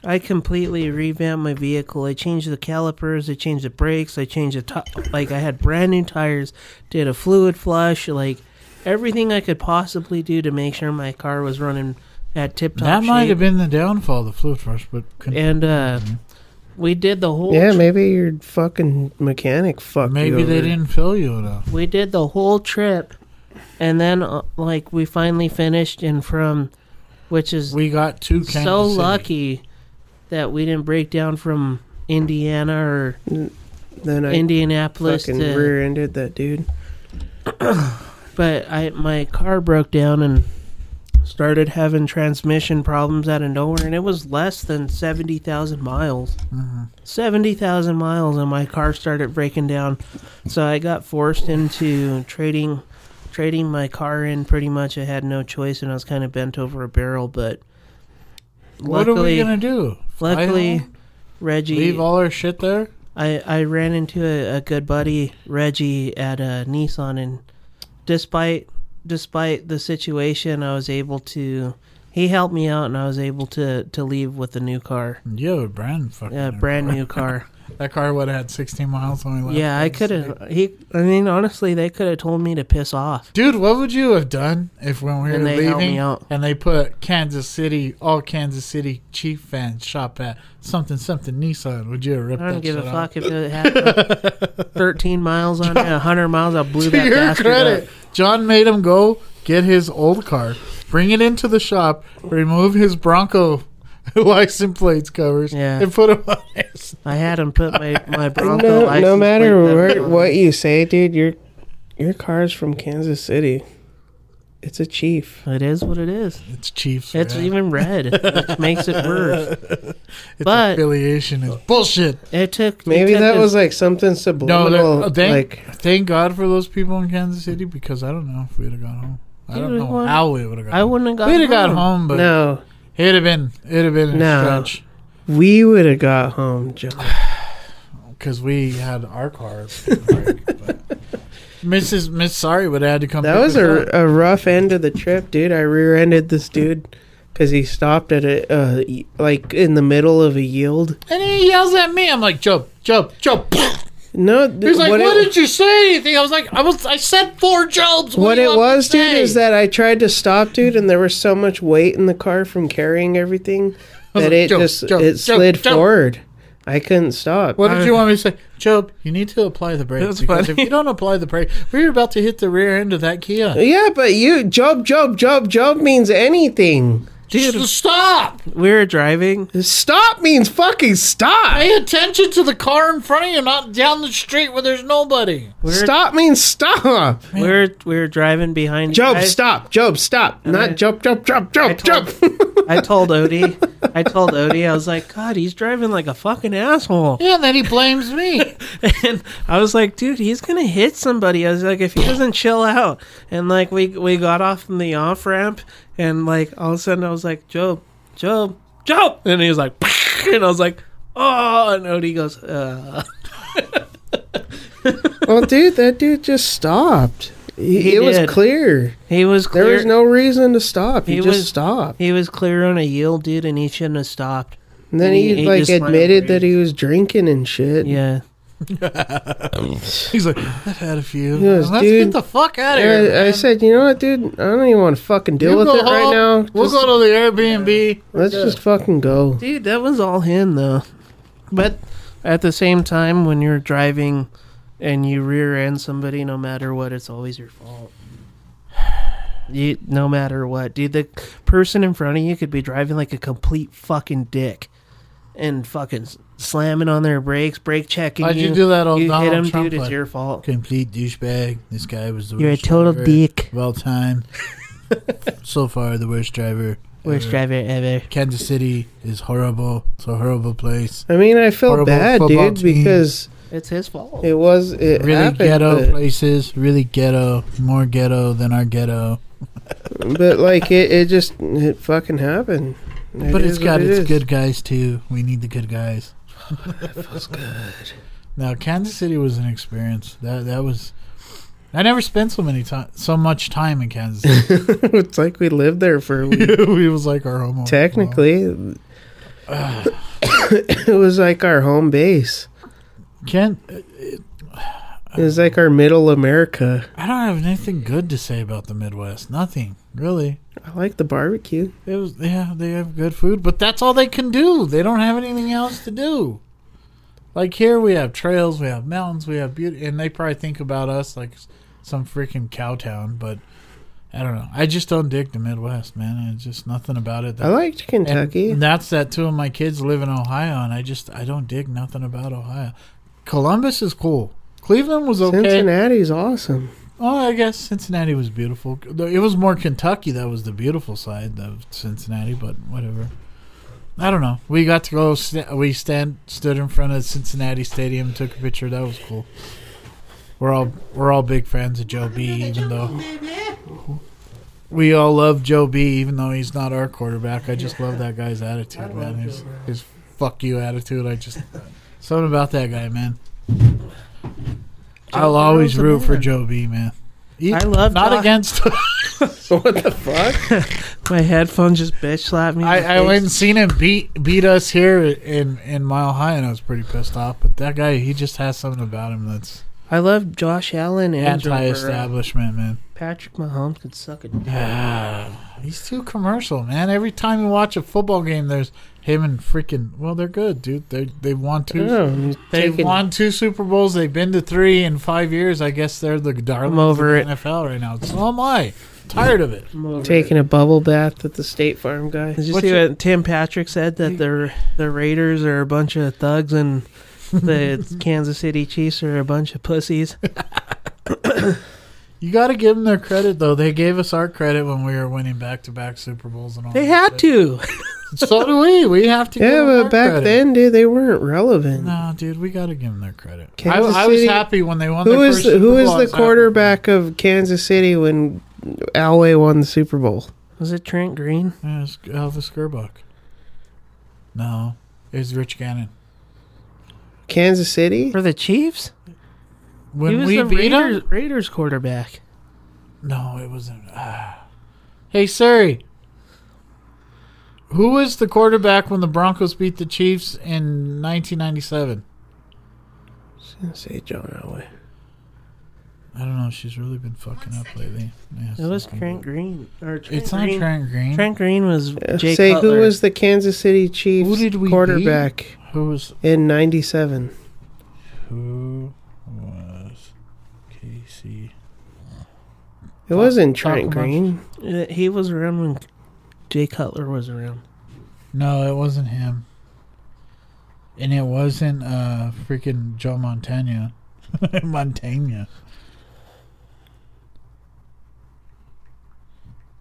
G: I completely revamped my vehicle. I changed the calipers, I changed the brakes, I changed the top. Like I had brand new tires, did a fluid flush, like everything I could possibly do to make sure my car was running at tip top.
D: That might
G: shape.
D: have been the downfall of the fluid rush, but con-
G: and uh,
D: Mm-hmm.
G: we did the whole
C: Yeah,
G: tr-
C: maybe your fucking mechanic fucked you
D: maybe they
C: over.
D: didn't fill you enough.
G: we did the whole trip, and then uh, like we finally finished and from, which is
D: We got two. Kansas
G: so
D: City.
G: lucky that we didn't break down from Indiana or
C: Then I
G: Indianapolis
C: fucking
G: to,
C: rear-ended that dude.
G: but I my car broke down and started having transmission problems out of nowhere, and it was less than seventy thousand miles.
D: Mm-hmm.
G: Seventy thousand miles, and my car started breaking down, so I got forced into trading trading my car in. Pretty much, I had no choice, and I was kind of bent over a barrel. But
D: What
G: luckily,
D: are we gonna do? Fly
G: luckily,
D: home?
G: Reggie,
D: leave all our shit there.
G: I, I ran into a, a good buddy Reggie at uh, Nissan, and despite despite the situation, I was able to. He helped me out, and I was able to to leave with a new car,
D: Yo, brand fucking
G: a brand new car.
D: That car would have had 16 miles when we left.
G: yeah, I
D: Kansas
G: could
D: City.
G: have. He, I mean, honestly, they could have told me to piss off.
D: Dude, what would you have done if when we were
G: And they helped me
D: leaving
G: out.
D: and they put Kansas City, all Kansas City Chief fans shop at something something Nissan? Would you have ripped
G: I don't
D: that
G: give a
D: shit off? <laughs>
G: fuck if it had like, 13 miles on it, 100 miles. I
D: <laughs>
G: blew
D: to
G: that
D: your
G: bastard
D: credit,
G: up.
D: John made him go get his old car, bring it into the shop, remove his Bronco <laughs> license plates covers,
G: Yeah.
D: and put him on his.
G: I had him put my my Bronco.
C: No,
G: license
C: no
G: plate
C: matter
G: number
C: where,
G: on it.
C: what you say, dude, your your car's from Kansas City. It's a chief.
G: It is what it is.
D: It's Chiefs.
G: It's
D: man.
G: even red,
C: <laughs>
G: which makes it worse.
D: Its
G: but-
D: affiliation is bullshit.
G: It took it
C: Maybe
G: took
C: that
G: us-
C: was like something subliminal.
D: No, uh, that- thank,
C: like
D: thank God for those people in Kansas City because I don't know if we'd have gone home. I
G: You
D: don't
G: would've
D: know
G: gone-
D: how we would have gone.
G: I wouldn't have gotten
D: We'd have got
G: home.
D: home, but
C: no,
D: it'd have been it'd have been
C: No.
D: a stretch
C: we would have got home, John.
D: because we had our car. but Mrs. Miss Sorry would have had to come.
C: That
D: pick
C: was
D: us
C: a,
D: up.
C: a rough end of the trip, dude. I rear-ended this dude because he stopped at a uh, y- like in the middle of a yield.
D: and he yells at me. I'm like, Joe, Joe, Joe.
C: No, th-
D: He's like,
C: what,
D: what
C: it,
D: did you say? Anything? I was like, I was, I said four jobs.
C: what
D: do you
C: it
D: want me to
C: was, dude,
D: say?"
C: is that I tried to stop, dude, and there was so much weight in the car from carrying everything
D: was
C: that
D: like,
C: it
D: "Jump,
C: just
D: jump,
C: it
D: jump,
C: slid
D: jump."
C: forward. I couldn't stop.
D: What did you want me to say, Job? You need to apply the brakes
G: That's
D: because
G: funny.
D: if you don't apply the brake, we're about to hit the rear end of that Kia.
C: Yeah, but you job, job, job, job means anything.
D: Dude, stop!
G: We were driving.
C: Stop means fucking stop.
D: Pay attention to the car in front of you, not down the street where there's nobody.
G: We're,
C: Stop means stop.
G: We were we were driving behind.
C: Job,
G: I,
C: stop. Job, stop. Not
G: I-
C: job, job, job, job, job.
G: told-
C: <laughs>
G: I told Odie. I told Odie. I was like, God, he's driving like a
C: <laughs>
G: fucking asshole.
D: Yeah, and then he blames me.
G: And I was like, dude, he's gonna hit somebody. I was like, if he doesn't chill out. And like we we got off from the off ramp, and like all of a sudden I was like, Job, Job, Job, and he was like, <laughs> and I was like, oh, and Odie goes, uh,
C: well, dude, that dude just stopped. He,
G: He
C: it
G: did.
C: was clear.
G: he was clear.
C: There was no reason to stop. He,
G: He
C: just
G: was-
C: stopped.
G: He was clear on a yield, dude, and he shouldn't have stopped.
C: And then he,
G: he- he
C: like
G: just smiled
C: admitted
G: great.
C: that he was drinking and shit.
G: Yeah.
D: <laughs> He's like, I've had a few.
C: Yes,
D: Let's
C: dude.
D: get the fuck out of here.
C: I, I
D: man.
C: said, you know what, dude? I don't even want to fucking deal
D: You
C: with
D: go
C: it right
D: home,
C: now.
D: We'll
C: Just-
D: go to the Airbnb.
C: let's just fucking go.
G: Dude, that was all him though. But at the same time, when you're driving and you rear end somebody, no matter what, it's always your fault. <sighs> You, no matter what, dude, the person in front of you could be driving like a complete fucking dick and fucking s- slamming on their brakes, brake checking.
D: How'd you
G: you
D: do that old
G: You
D: Donald
G: hit 'em,
D: Trump
G: dude. It's
D: like?
G: your fault.
D: Complete douchebag. This guy was the
G: You're a total dick.
D: of all
C: <laughs>
D: time. so far, the worst driver.
G: Worst
D: ever.
G: driver ever.
D: Kansas City is horrible. It's a horrible place.
C: I mean, I felt
D: Horrible
C: bad,
D: football
C: dude,
D: team.
C: because
G: It's his fault.
C: it was it
D: Really
C: happened.
D: ghetto
C: but-
D: places. Really ghetto. More ghetto than our ghetto.
C: but like it, it just it fucking happened. It
D: but
C: is
D: it's
C: what
D: got
C: it
D: its
C: is.
D: good guys too. We need the good guys. Now Kansas City was an experience. That that was. I never spent so many time, so much time in Kansas.
C: <laughs>
D: City.
C: <laughs>
D: <laughs>
C: it's like we lived there for a week.
D: it was like our home. away from home.
C: Technically, <coughs> it was like our home base.
D: Ken,
C: It was like our middle America.
D: I don't have anything good to say about the Midwest. Nothing really.
C: I like the barbecue.
D: It was yeah, they have good food, but that's all they can do. They don't have anything else to do. Like here, we have trails, we have mountains, we have beauty, and they probably think about us like s- some freaking cow town. But I don't know. I just don't dig the Midwest, man. It's just nothing about it.
C: I liked Kentucky.
D: And that's that. Two of my kids live in Ohio, and I just I don't dig nothing about Ohio. Columbus is cool. Cleveland was okay.
C: Cincinnati's awesome.
D: Oh, I guess Cincinnati was beautiful. Though It was more Kentucky that was the beautiful side of Cincinnati, but whatever. I don't know. We got to go. St- we stand stood in front of Cincinnati Stadium, took a picture. That was cool. We're all we're all big fans of Joe B, even though we all love Joe B, even though he's not our quarterback. I just love that guy's attitude, man. His his fuck you attitude. I just something about that guy, man. I'll always
G: the
D: root for
G: man.
D: Joe B, man. He-
G: I love
D: not <laughs>
G: Doc.
D: against.
C: What the fuck?
G: My headphone just bitch slapped me. in the
D: I, I
G: face.
D: went and seen him beat beat us here in in Mile High, and I was pretty pissed off. But that guy, he just has something about him that's
G: I love Josh Allen and Joe Burrow.
D: anti-establishment, man.
G: Patrick Mahomes could suck a dick.
D: <sighs> He's too commercial, man. Every time you watch a football game, there's him and freaking. Well, they're good, dude. They they won two.
C: Oh, he's
D: They've
C: taking-
D: won two Super Bowls. They've been to three in five years. I guess they're the darlings
G: over
D: of the NFL right now. So am I. Tired of it.
C: taking a bubble bath at the State Farm guy.
G: Did you
D: What's
G: see
D: your-
G: what Tim Patrick said that the the Raiders are a bunch of thugs and
D: <laughs>
G: the Kansas City Chiefs are a bunch of pussies?
D: You got to give them their credit though. They gave us our credit when we were winning back to back Super Bowls and all.
G: They
D: that
G: had
D: shit.
G: to.
D: So do we. We have to. give
C: Yeah,
D: 'em
C: but
D: our
C: back
D: credit.
C: then, dude, they weren't relevant.
D: No, dude, we got to give them their credit. I,
C: Kansas
D: I was
C: City-
D: happy when they won.
C: Who
D: their
C: is
D: first
C: the,
D: Super
C: who
D: Bowl.
C: is
D: I
C: the
D: was happy.
C: quarterback of Kansas City when Alway won the Super Bowl?
G: Was it Trent Green?
D: Yeah, it was Elvis Gerbuck. No, it was Rich Gannon.
C: Kansas City?
G: For the Chiefs?
D: When
G: he was
D: we
G: the
D: beat
G: Raiders,
D: 'em-
G: Raiders quarterback.
D: No, it wasn't. ah. Hey Siri, who was the quarterback when the Broncos beat the Chiefs in 1997?
C: Say John Elway.
D: I don't know. She's really been fucking up lately. Yeah,
G: It was
D: something.
G: Trent Green. Or Trent
D: It's not
G: Green.
D: Trent Green.
G: Trent Green was Jay
C: Say
G: Cutler.
C: who was the Kansas City Chiefs
D: Who did we
C: quarterback
D: Who was
C: in '97?
D: who was Casey?
C: It wasn't
D: Falcon
C: Trent
D: Punch.
C: Green.
G: Uh, He was around when Jay Cutler was around.
D: No, it wasn't him. And it wasn't uh freaking Joe Montana. <laughs> Montana.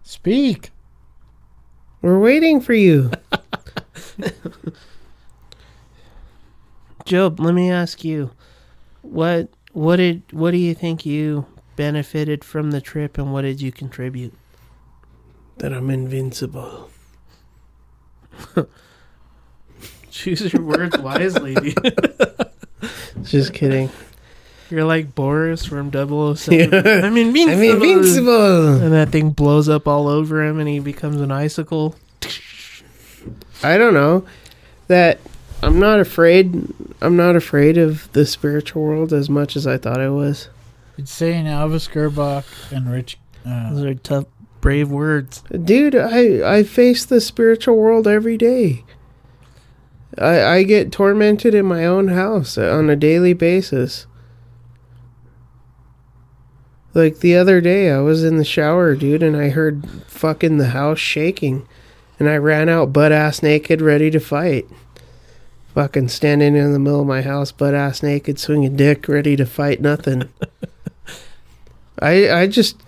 D: Speak.
C: We're waiting for you.
G: Job, let me ask you, what what did what do you think you benefited from the trip, and what did you contribute?
C: that I'm invincible.
G: Choose your words wisely. Dude.
C: Just kidding.
G: <laughs> You're like Boris from 007. I mean, invincible.
C: I'm invincible.
G: And that thing blows up all over him, and he becomes an icicle.
C: I don't know that I'm not afraid. I'm not afraid of the spiritual world as much as I thought I was.
D: It's saying Elvis Gerbach and Rich uh,
G: Those are tough, brave words.
C: Dude, I I face the spiritual world every day. I I get tormented in my own house on a daily basis. Like the other day, I was in the shower, dude, and I heard fucking the house shaking, and I ran out butt ass naked, ready to fight. Fucking standing in the middle of my house, butt ass naked, swinging dick, ready to fight nothing. I I just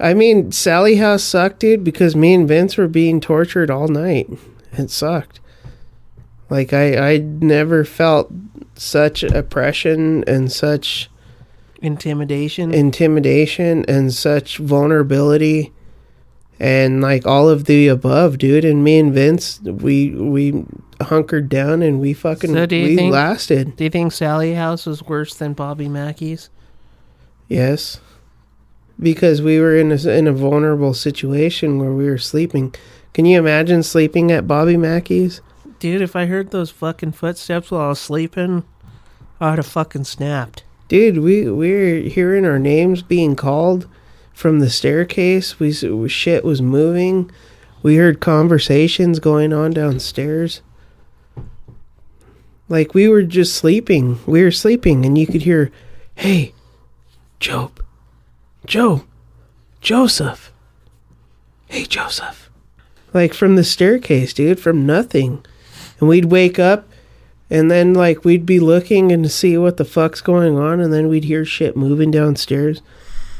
C: I mean, Sally House sucked, dude, because me and Vince were being tortured all night. It sucked. Like I, I never felt such oppression and such
G: Intimidation.
C: intimidation and such vulnerability and like all of the above, dude. And me and Vince, we we hunkered down and we fucking
G: So do you
C: we
G: think-
C: lasted.
G: do you think Sally House was worse than Bobby Mackey's?
C: Yes. Because we were in a, in a vulnerable situation where we were sleeping. Can you imagine sleeping at Bobby Mackey's?
G: Dude, if I heard those fucking footsteps while I was sleeping, I would have fucking snapped.
C: Dude, we we're hearing our names being called from the staircase. We s- we- shit was moving. We heard conversations going on downstairs. Like we were just sleeping. We were sleeping and you could hear, "Hey, Job. Job. Joseph. Hey, Joseph." Like from the staircase, dude, from nothing. And we'd wake up and then like we'd be looking and to see what the fuck's going on and then we'd hear shit moving downstairs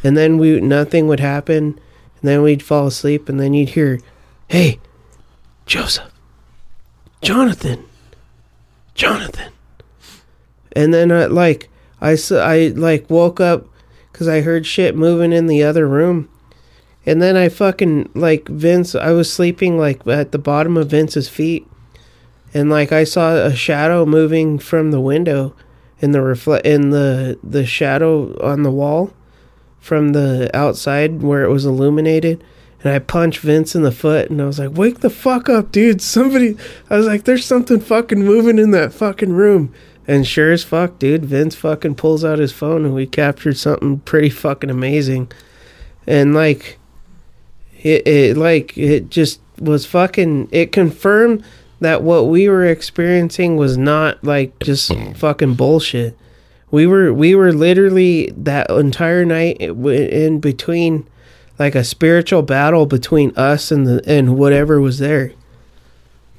C: and then we nothing would happen and then we'd fall asleep and then you'd hear hey joseph jonathan jonathan and then i like i s- I, like woke up because i heard shit moving in the other room and then i fucking like vince i was sleeping like at the bottom of vince's feet and like I saw a shadow moving from the window in the refle- in the the shadow on the wall from the outside where it was illuminated and I punched Vince in the foot and I was like wake the fuck up dude somebody I was like there's something fucking moving in that fucking room and sure as fuck dude Vince fucking pulls out his phone and we captured something pretty fucking amazing and like it, it like it just was fucking it confirmed that what we were experiencing was not like just fucking bullshit we were we were literally that entire night it wa- in between like a spiritual battle between us and the and whatever was there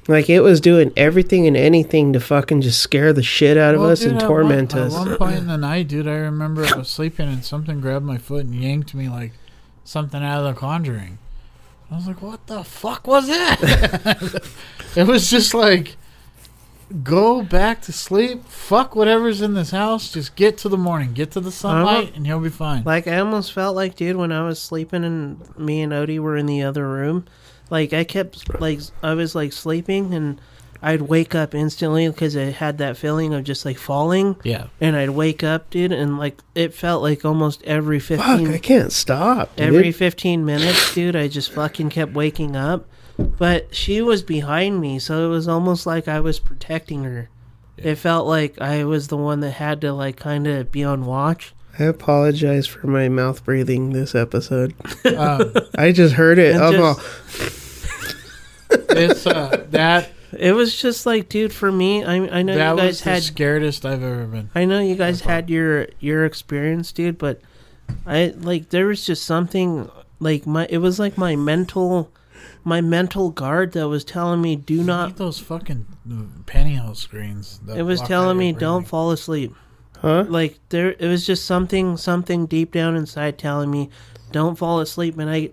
C: Like it was doing everything and anything to fucking just scare the shit out of
D: Well,
C: us
D: dude,
C: and
D: at
C: torment
D: one,
C: us.
D: At one point in the night, dude, I remember I was sleeping and something grabbed my foot and yanked me like something out of The Conjuring. I was like, "What the fuck was that?" <laughs> it was just like, go back to sleep. Fuck whatever's in this house. Just get to the morning. Get to the sunlight, and you'll be fine.
G: Uh-huh. Like I almost felt like, dude, when I was sleeping and me and Odie were in the other room, like I kept like I was like sleeping and I'd wake up instantly because I had that feeling of just like falling,
D: yeah,
G: and I'd wake up, dude, and like it felt like almost every fifteen
C: Fuck, I can't stop. dude.
G: every 15 minutes, dude, I just fucking kept waking up. But she was behind me, so it was almost like I was protecting her. It felt like I was the one that had to like kind of be on watch.
C: I apologize for my mouth breathing
D: <laughs>
C: this episode.
D: Ah.
C: I just heard it.
G: And
C: I'm
G: just-
C: all,
D: it's uh, that
G: It was just like, dude, for me, I I know
D: that
G: <laughs> you guys
D: was
G: had
D: the scaredest I've ever been.
G: I know you guys had your your experience, dude, but I like there was just something like my it was like my mental my mental guard that was telling me do
D: Eat
G: not
D: those fucking pantyhose screens. that
G: it was
D: block out
G: telling me
D: your
G: don't
D: breathing.
G: fall asleep.
C: huh?
G: like there it was just something something deep down inside telling me don't fall asleep and i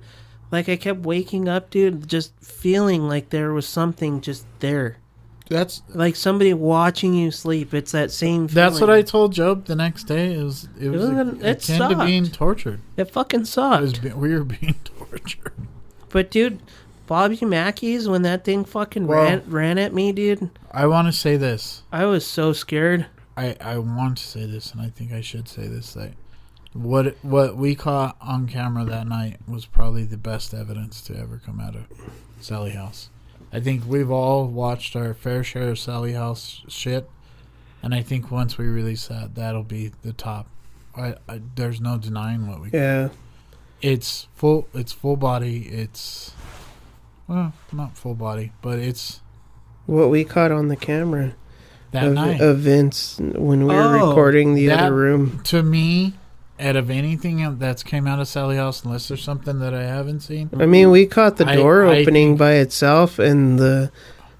G: like i kept waking up dude just feeling like there was something just there
D: That's
G: like somebody watching you sleep it's that same feeling.
D: That's what I told Job the next day. It was it was
G: wasn't-
D: it,
G: it
D: akin to being
G: sucked.
D: tortured.
G: it fucking
D: It was
G: sucked
D: be- we were being <laughs> tortured.
G: but dude bobby mackey's when that thing fucking
D: Well-
G: ran, ran at me dude
D: I want to say this.
G: i was so scared
D: I I want to say this, and I think I should say this. That what what we caught on camera that night was probably the best evidence to ever come out of Sally House. I think we've all watched our fair share of Sally House shit, and I think once we release that, that'll be the top. I, I there's no denying what we
C: Yeah.
D: it's full it's full body it's well not full body but it's
C: What we caught on the camera
D: that
C: of
D: night
C: of Vince when we were
G: Oh,
C: recording the
D: that-
C: other room.
D: to me out of anything that's came out of sally house unless there's something that i haven't seen
C: I mean, we caught the
D: I-
C: door
D: I
C: opening by itself and the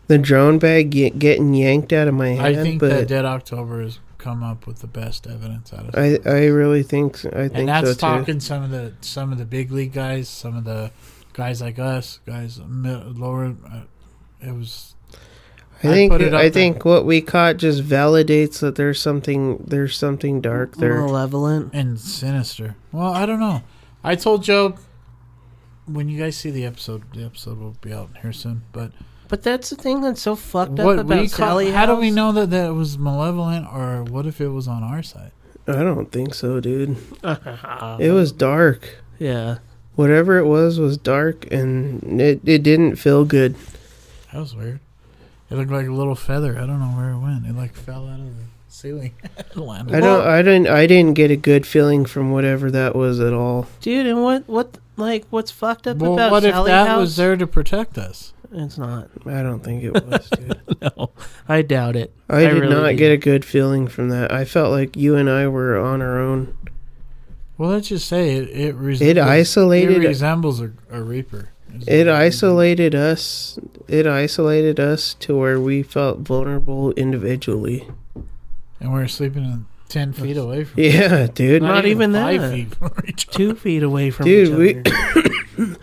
C: the drone bag get, getting yanked out of my
D: i
C: hand.
D: think that
C: but
D: dead october has come up with the best evidence out of
C: I I really think so- I think
D: and that's
C: so too.
D: talking some of the some of the big league guys some of the guys like us guys mid, lower uh, it was
C: I
D: I
C: think
D: put it up
C: I
D: there.
C: think what we caught just validates that there's something there's something dark there.
D: Oh.
G: malevolent
D: and sinister. Well, I don't know. I told Joe when you guys see the episode, the episode will be out here soon. But
G: but that's the thing that's so fucked up
D: what
G: about
D: we call,
G: sally
D: how do we
G: House.
D: know that that was malevolent, or what if it was on our side?
C: I don't think
D: <laughs>
C: so, dude. it was dark.
G: yeah
C: Whatever it was was dark and it, it didn't feel good.
D: That was weird. It looked like a little feather. I don't know where it went. It like fell out of the ceiling. <laughs> It landed.
C: I don't I didn't I didn't get a good feeling from whatever that was at all.
G: dude and what what like what's fucked up
D: Well,
G: about
D: what if
G: sally
D: that
G: house
D: was there to protect us?
G: it's not
C: I don't think it was, dude.
G: <laughs> no, I doubt it.
C: I did
G: really
C: not
G: do.
C: get a good feeling from that. I felt like you and I were on our own.
D: Well, let's just say it. It, res- It
C: It isolated-
D: resembles a, a reaper. Is
C: It
G: Mm-hmm.
C: uh,
D: what
C: isolated us. It isolated us to where we felt vulnerable individually. <laughs>
D: and we're sleeping in ten feet away from.
C: Yeah, dude.
G: Not even
D: five
G: that.
D: feet from <laughs> each other.
G: Two feet away from
C: Dude,
G: each
C: we- <coughs>
G: other.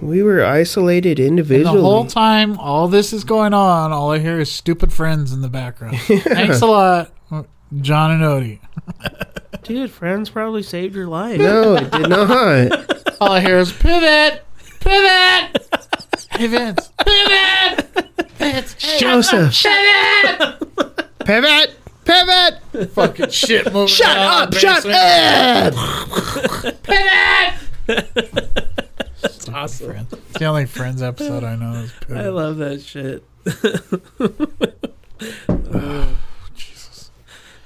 C: We were isolated
D: And
C: individually.
D: the whole time, all this is going on, all I hear is stupid friends in the background.
C: <laughs>
D: Thanks a lot, John and Odie.
G: Dude, friends probably saved your life.
C: <laughs> no, it did
G: <laughs>
C: not.
D: All I hear is pivot, pivot, hey Vince, pivot, Vince, hey,
C: Joseph. Pivot! Pivot!
D: fucking shit moving
C: Shut
D: around
C: up!
D: the
C: Shut
D: basement.
C: up!
D: Awesome. Friends. It's the only Friends episode I know is pivot.
G: I love that
D: <laughs>
G: shit.
D: Oh,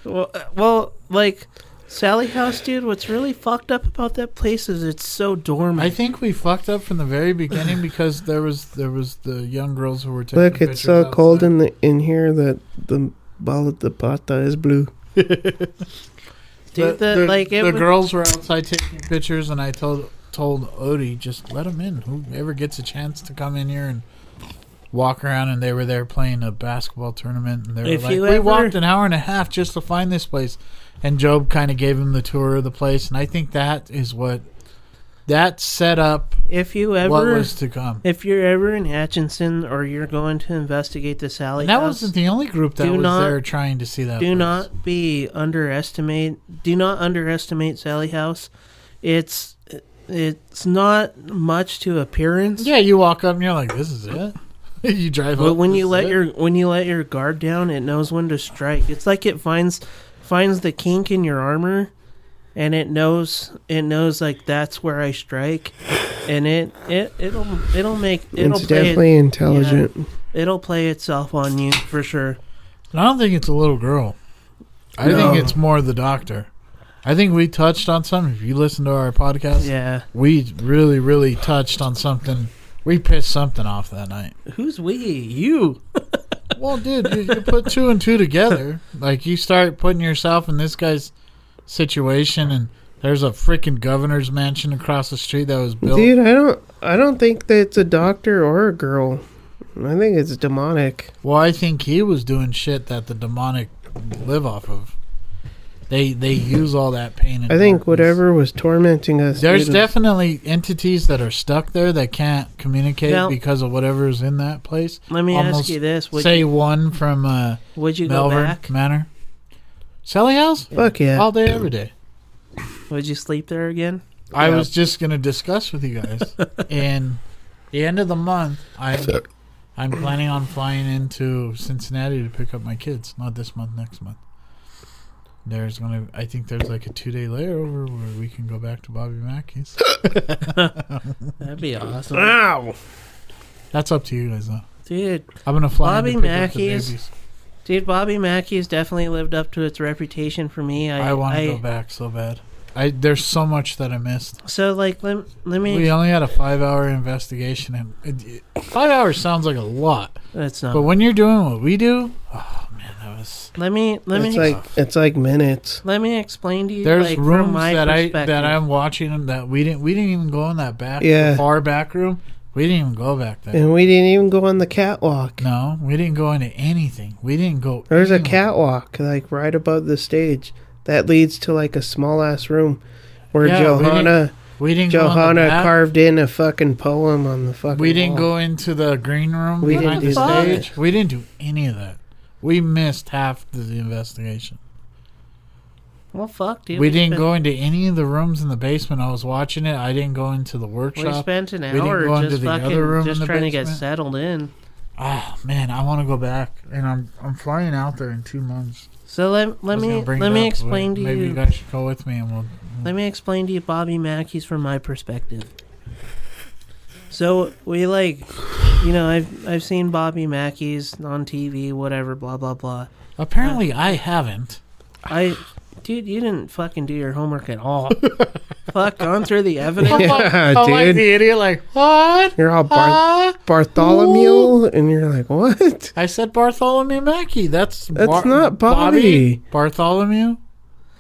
G: Well, uh, well, like Sally House, dude. What's really fucked up about that place is it's so
D: I
G: dormant.
D: think we fucked up from the very beginning because there was there was the young girls who were taking
C: Look, it's so
D: pictures
C: cold
D: outside.
C: in the in here that the ball of the pata is blue.
G: dude, that like it
D: the
G: was,
D: girls were outside taking pictures, and I told told Odie just let them in. Whoever gets a chance to come in here and walk around, and they were there playing a basketball tournament, and they were
G: If
D: like,
G: you
D: "We
G: ever-
D: walked an hour and a half just to find this place," and Job kind of gave him the tour of the place, and I think that is what that set up
G: If you ever,
D: what was to come.
G: if you're ever in Atchison or you're going to investigate this alley
D: And that
G: house,
D: wasn't the only group that
G: Do
D: was
G: not-
D: there trying to see that.
G: do
D: place.
G: not be underestimate. Do not underestimate Sally House. It's it's not much to appearance.
D: Yeah, you walk up and you're like, "This is it." <laughs> you drive up.
G: But when
D: this
G: you
D: is
G: let
D: it.
G: your when you let your guard down, it knows when to strike. It's like it finds finds the kink in your armor, and it knows it knows like that's where I strike, and it it it'll it'll make it'll
C: it's
G: play
C: definitely
G: it,
C: intelligent.
G: will play itself on you for sure.
D: And I don't think it's a little girl. I think it's more the doctor. I think we touched on something. If you listen to our podcast,
G: Yeah,
D: we really, really touched on something. We pissed something off that night.
G: who's we? You?
D: Well, dude, you, you put two and two together. Like, you start putting yourself in this guy's situation, and there's a freaking governor's mansion across the street that was built.
C: Dude, I don't I don't think that it's a doctor or a girl. I think it's demonic.
D: Well, I think he was doing shit that the demonic live off of. They they use all that pain. And
C: I think
D: darkness.
C: whatever was tormenting us.
D: There's
C: dude, was-
D: definitely entities that are stuck there that can't communicate
G: Now-
D: because of whatever's in that place.
G: Let me ask
D: Almost
G: you this: Would
D: say
G: you,
D: one from uh,
G: would you go
D: Melbourne
G: back?
D: Manor, Sally House,
C: Fuck yeah.
D: all day every day.
G: Would you sleep there again?
D: I was just gonna discuss with you
G: <laughs>
D: guys, and the end of the month, I'm I'm planning on flying into Cincinnati to pick up my kids. Not this month, next month. There's gonna, I think there's like a two day layover where we can go back to Bobby Mackey's.
G: That'd be awesome,
C: Wow.
D: That's up to you guys though.
G: Ah. dude.
D: I'm gonna fly in to
G: Bobby
D: pick up the
G: Mackey's.
D: babies.
G: Dude, Bobby Mackey's definitely lived up to its reputation for me. I,
D: I want to go back so bad. I there's so much that I missed.
G: So like let, let
D: We
G: me
D: only had a five hour investigation, and it, it- five hours sounds like a lot,
G: that's not
D: but when you're doing what we do, oh man, that was.
G: let me let me
C: It's like it's like minutes.
G: let me explain to you
D: There's
G: like, from
D: rooms
G: my
D: that I
G: perspective.
D: that I'm watching and that we didn't we didn't even go in that back
C: Yeah.
D: far back room. We didn't even go back there.
C: And we didn't even go on the catwalk.
D: No, we didn't go into anything. We didn't go.
C: There's a
D: anywhere.
C: catwalk like right above the stage that leads to like a small ass room where
D: Yeah, we
C: Johanna
D: We didn't. go in
C: Johanna
D: the back.
C: carved in a fucking poem on the fucking
D: We didn't
C: wall.
D: go into the green room
C: We
D: behind
C: didn't
D: the
C: do that.
D: stage. We didn't do any of that. We missed half the investigation.
G: well fuck dude
D: We didn't
G: spent,
D: go into any of the rooms in the basement. I was watching it. I didn't go into the
G: we
D: workshop.
G: spent an
D: didn't
G: hour
D: go into
G: just
D: the other
G: fucking
D: room in
G: just
D: the
G: trying to get
D: basement.
G: settled in.
D: Ah man, I want to go back, and I'm I'm flying out there in two months.
G: So let let
D: I was
G: me
D: gonna bring
G: let
D: it
G: me
D: up, but
G: explain to
D: maybe
G: you,
D: you guys should go with me, and we'll
G: let me explain to you Bobby Mackey's from my perspective. So we like you know, I've I've seen Bobby Mackey's on TV, whatever, blah blah blah.
D: Apparently,
G: Uh,
D: I
G: <laughs>
D: haven't.
G: I, dude, you didn't fucking do your homework
D: <laughs>
G: at all. Fuck, gone through the evidence.
C: Yeah,
D: I'm like
C: dude.
D: the idiot, like, what?
C: You're all Bar-
G: Ah,
D: Huh?
C: Bartholomew and you're like, "What?"
D: I said Bartholomew Mackey. That's
C: That's not Bobby.
D: Bartholomew?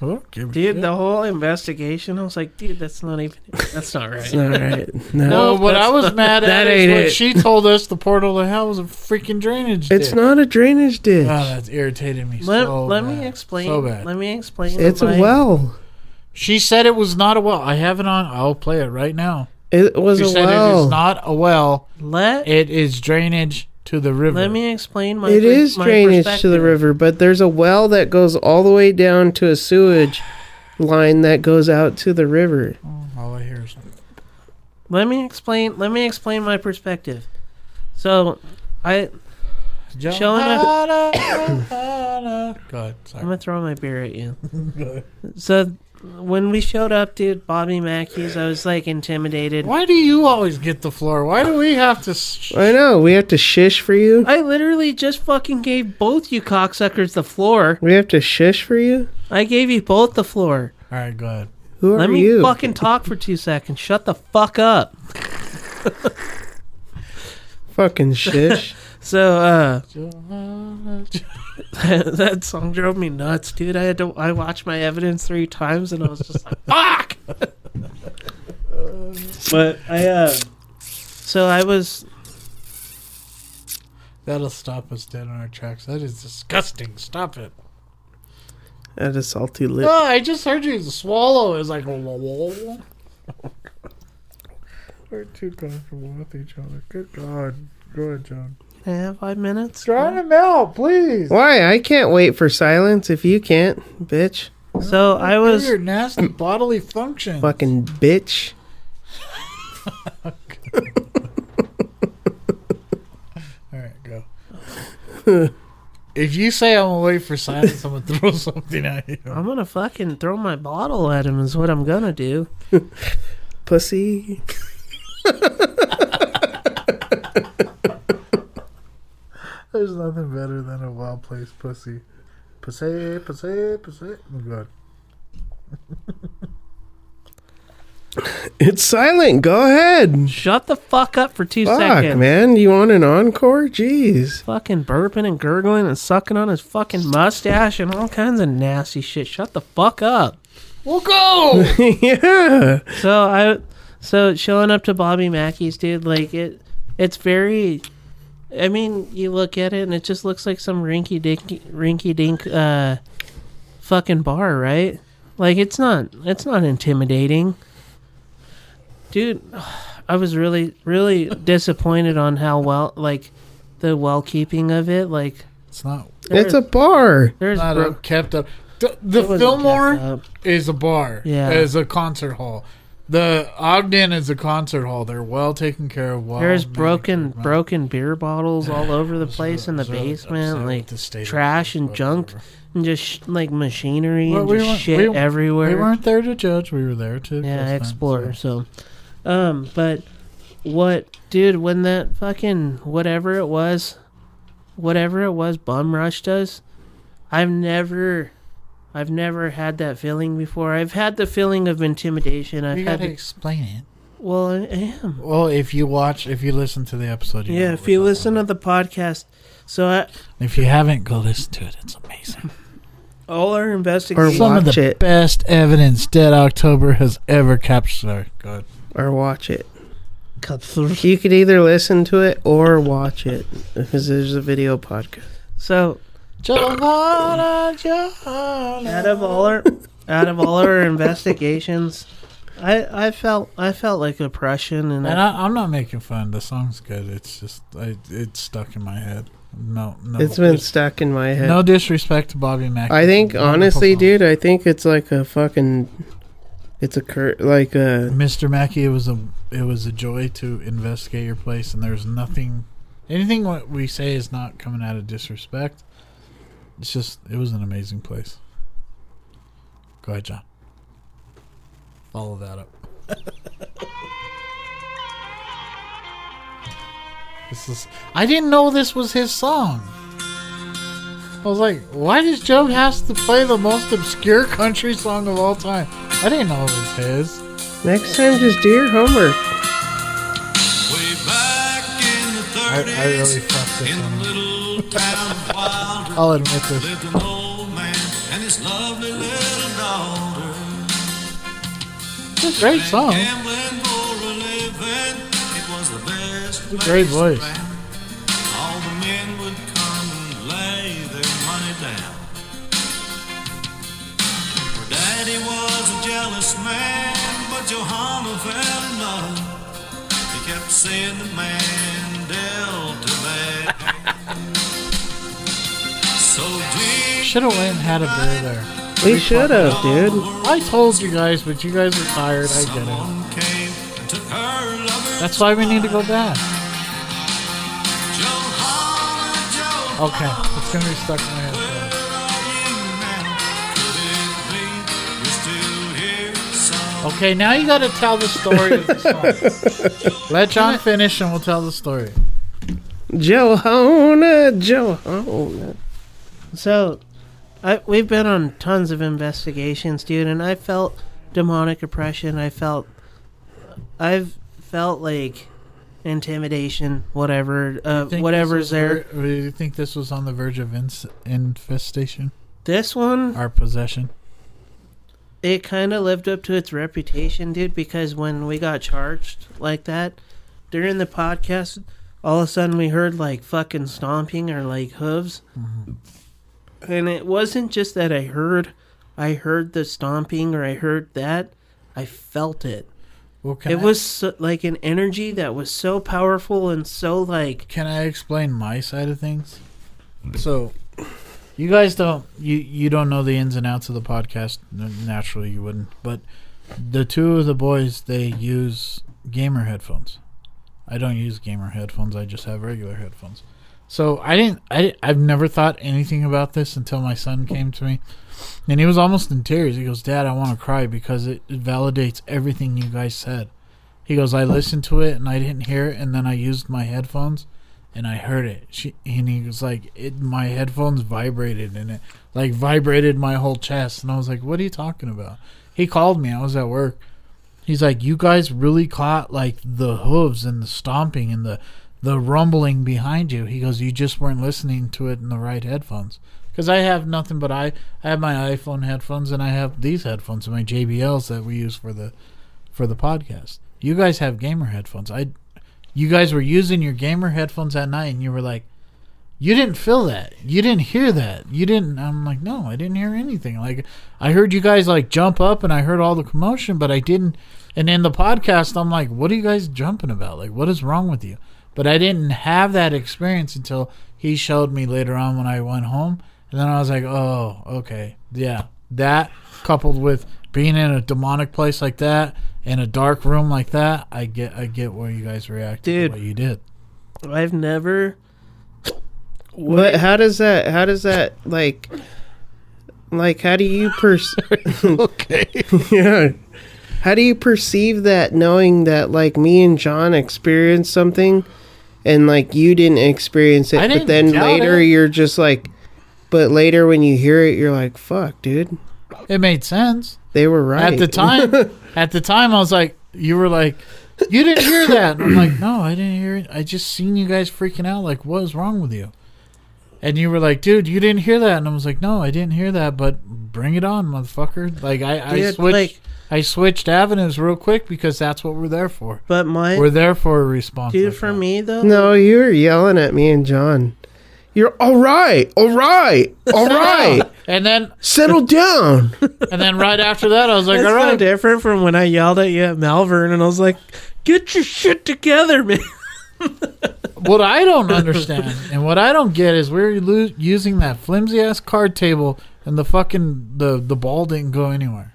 D: Oh, give a
G: Dude,
D: shit.
G: the whole investigation, I was like, dude, that's not even, that's not right.
C: All
D: <laughs>
C: right. No.
D: No, what I
C: <laughs>
D: was mad at
C: that
D: is
C: ain't
D: when
C: it.
D: she told us the portal to hell was a freaking drainage.
C: It's
D: ditch.
C: not a drainage ditch.
D: Oh, that's irritated me
G: Let,
D: so
G: let
D: bad.
G: me explain.
D: So bad.
G: Let me explain.
C: it's a
G: my-
C: well.
D: she said it was not a well. I have it on. I'll play it right now.
C: It was
D: She
C: a
D: said it is
C: well.
D: not a well.
G: Let
D: It is drainage to the river.
G: let me explain my.
C: It
G: per-
C: is
G: my
C: drainage to the
G: perspective.
C: river, but there's a well that goes all the way down to a sewage line that goes out to the river.
D: All I hear is
G: Let me explain. Let me explain my perspective. So, I
D: Johanna. God,
G: I'm
D: sorry.
G: gonna throw my beer at you. so, when we showed up, dude, Bobby Mackey's, I was like intimidated.
D: Why do you always get the floor? Why do we have to? s-
C: I know. We have to shish for you.
G: I literally just fucking gave both you cocksuckers the floor.
C: We have to shish for you.
G: I gave you both the floor.
D: All right, go ahead.
C: Who are
G: Let me
C: you?
G: fucking talk for two seconds. Shut the fuck up.
C: Fucking
G: <laughs>
C: shish.
G: So, uh, <laughs> that song drove me nuts, dude. I had to, I watched my evidence three times and I was just
D: <laughs>
G: like, fuck! but I, uh, so I was,
D: That'll stop us dead on our tracks. That is disgusting. Stop it.
C: At a salty lip.
D: Oh, I just heard you swallow. It's like. We're too comfortable with each other. Good God. Go ahead, John.
G: Can I have five minutes?
D: Drown him out, please.
C: Why? I can't wait for silence if you can't, bitch.
G: So I was
D: your nasty bodily function.
C: Fucking bitch.
D: All right, go. <laughs> if you say I'm gonna wait for silence, I'm gonna throw <laughs> something at you.
G: I'm gonna fucking throw my bottle at him is what I'm gonna do.
C: Pussy.
D: There's nothing better than a wild place pussy. Pussy, pussy, pussy. Oh, God.
C: It's silent. Go ahead.
G: Shut the fuck up for two
C: Fuck,
G: seconds.
C: man. You want an encore? Jeez.
G: Fucking burping and gurgling and sucking on his fucking mustache and all kinds of nasty shit. Shut the fuck up.
D: We'll
G: <laughs>
D: go.
C: yeah.
G: So I, so showing up to Bobby Mackey's, dude, like it, it's very. I mean, you look at it and it just looks like some rinky dink, rinky dink, uh, fucking bar, right? Like it's not, it's not intimidating, dude. <sighs> I was really, really disappointed on how well, like, the well keeping of it. Like,
D: it's not
C: It's a bar.
G: there's
D: not
G: bro-
D: up, kept up. The, the
G: uh, wasn't kept
D: Fillmore
G: up.
D: is a bar.
G: Yeah.
D: is a concert hall. The Ogden is a concert hall. They're well taken care of. Well,
G: There's
D: manicured,
G: broken
D: Oh, man.
G: broken beer bottles
D: <sighs>
G: all over the place in the
D: I was really upset
G: basement,
D: with
G: like
D: the state of
G: trash
D: things,
G: and
D: but
G: junk,
D: whatever.
G: and just sh- like machinery
D: Well,
G: and
D: we
G: just
D: weren't-
G: shit
D: we-
G: everywhere.
D: We weren't there to judge. We were there to
G: yeah,
D: just-
G: explore. So, um, but what, dude? When that fucking whatever it was, whatever it was, bum rushed us. I've never. I've never had that feeling before. I've had the feeling of intimidation. I've
D: You
G: had
D: gotta
G: the,
D: explain it.
G: well, I am.
D: Well, if you watch, if you listen to the episode, you know
G: Yeah,
D: what
G: if
D: we're
G: you
D: talking
G: listen to the podcast, so I,
D: about. if you haven't, go listen to it. It's amazing.
G: All our investigations.
C: Or
D: Some of
C: Watch
D: the
C: it.
D: best evidence Dead October has ever captured. Sorry, go ahead.
C: Or watch it. You could either listen to it or watch it because there's a video podcast.
G: so
D: Johanna, Johanna.
G: out of all our out of all our investigations, I I felt I felt like oppression and,
D: And
G: I,
D: I, I'm not making fun. The song's good. It's just, I, it's stuck in my head. No, no.
C: It's been stuck in my head.
D: no disrespect to Bobby Mack.
C: I think
D: It's a wonderful
C: honestly,
D: song.
C: dude, I think it's like a fucking. It's a cur- like a
D: Mr. Mackey, it was a it was a joy to investigate your place, and there's nothing, anything what we say is not coming out of disrespect. It's just it was an amazing place. Go ahead, John. Follow that up. <laughs> this is I didn't know this was his song. I was like, why does Job has to play the most obscure country song of all time? I didn't know it was his.
C: next time just do your homework.
D: I, I really fucked this one. I'll admit this. It's a great song. It's a great voice.
E: Daddy was a jealous man, but Johanna fell in love. He kept saying the man dealt a bad. so deep
D: Should have went and had a beer there.
C: We should have, dude.
D: I told you guys, but you guys were tired. I get it.
E: one came and took her lover.
D: That's why we need to go back.
E: Johanna, Johanna,
D: Okay, it's gonna be stuck in my head.
E: now could it be you still hear some
D: Okay, now you gotta tell the story of the
G: <laughs>
D: song. Let John finish and we'll tell the story.
C: Johanna, Johanna.
G: so I we've been on tons of investigations, dude, and I felt demonic oppression. I felt I've felt like intimidation, whatever, uh,
D: Think
G: whatever's
D: this was
G: there.
D: ver- Do you think this was on the verge of ins- infestation?
G: This one,
D: Our possession?
G: it kind of lived up to its reputation, dude, because when we got charged like that during the podcast, all of a sudden we heard like fucking stomping or like hooves. And it wasn't just that I heard I heard the stomping or I heard that. I felt it.
D: Well, can
G: It
D: I-
G: was so, like an energy that was so powerful and so like
D: Can I explain my side of things? So, you guys don't you you don't know the ins and outs of the podcast. N- Naturally, you wouldn't. But the two of the boys they use gamer headphones. I don't use gamer headphones. I just have regular headphones. So I didn't. I di- I've never thought anything about this until my son came to me, and he was almost in tears. He goes, "Dad, I want to cry because it it validates everything you guys said." He goes, "I listened to it and I didn't hear it, and then I used my headphones." and I heard it. She and he was like, it, my headphones vibrated and it like vibrated my whole chest. And I was like, what are you talking about? He called me. I was at work. He's like, you guys really caught like the hooves and the stomping and the the rumbling behind you. He goes, you just weren't listening to it in the right headphones. Because I have nothing but I, I have my iPhone headphones and I have these headphones, my JBLs that we use for the for the podcast. You guys have gamer headphones. I you guys were using your gamer headphones at night and you were like you didn't feel that you didn't hear that you didn't i'm like no i didn't hear anything like i heard you guys like jump up and i heard all the commotion but i didn't and in the podcast i'm like what are you guys jumping about like what is wrong with you but i didn't have that experience until he showed me later on when i went home and then i was like oh okay yeah that coupled with being in a demonic place like that in a dark room like that i get i get where you guys reacted
G: Dude.
D: to what you did
G: I've never
C: What? How does that? How does that like? Like, how do
D: <laughs>
C: you <laughs> perceive? okay. yeah. How do you perceive that, knowing that like me and John experienced something, and like you didn't experience it,
D: I
C: but
D: didn't
C: then
D: doubt
C: later
D: it.
C: you're just like, but later when you hear it, you're like, fuck, dude,
D: it made sense
C: they were right
D: at the
G: <laughs>
D: time at the time i was like you were like you didn't hear that i'm like no i didn't hear it i just seen you guys freaking out like what is wrong with you and you were like dude you didn't hear that and i was like no i didn't hear that but bring it on motherfucker like i, I
G: Dude,
D: switched
G: like-
D: i switched avenues real quick because that's what we're there for
G: but my
D: we're there for a response
G: dude
D: like
G: for
D: that.
G: me though
C: No, you were yelling at me and John. You're all right, all right,
D: <laughs>
C: all right.
D: and then
C: Settle down.
D: and then right after that i was like
G: It's
D: all
G: no
D: right
G: different from when I yelled at you at Malvern and I was like, "Get your shit together, man."
D: what I don't understand and what I don't get is we're lo- using that flimsy ass card table and the fucking the the ball didn't go anywhere.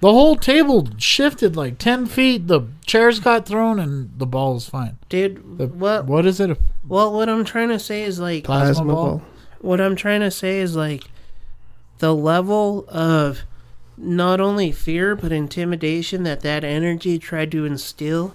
D: The whole table shifted like ten feet. The chairs got thrown and the ball was fine.
G: Dude,
D: The,
G: what
D: What is it? A
G: well what I'm trying to say is like
D: plasma,
C: Plasma
D: ball?
C: ball.
G: what I'm trying to say is like the level of not only fear but intimidation that that energy tried to instill.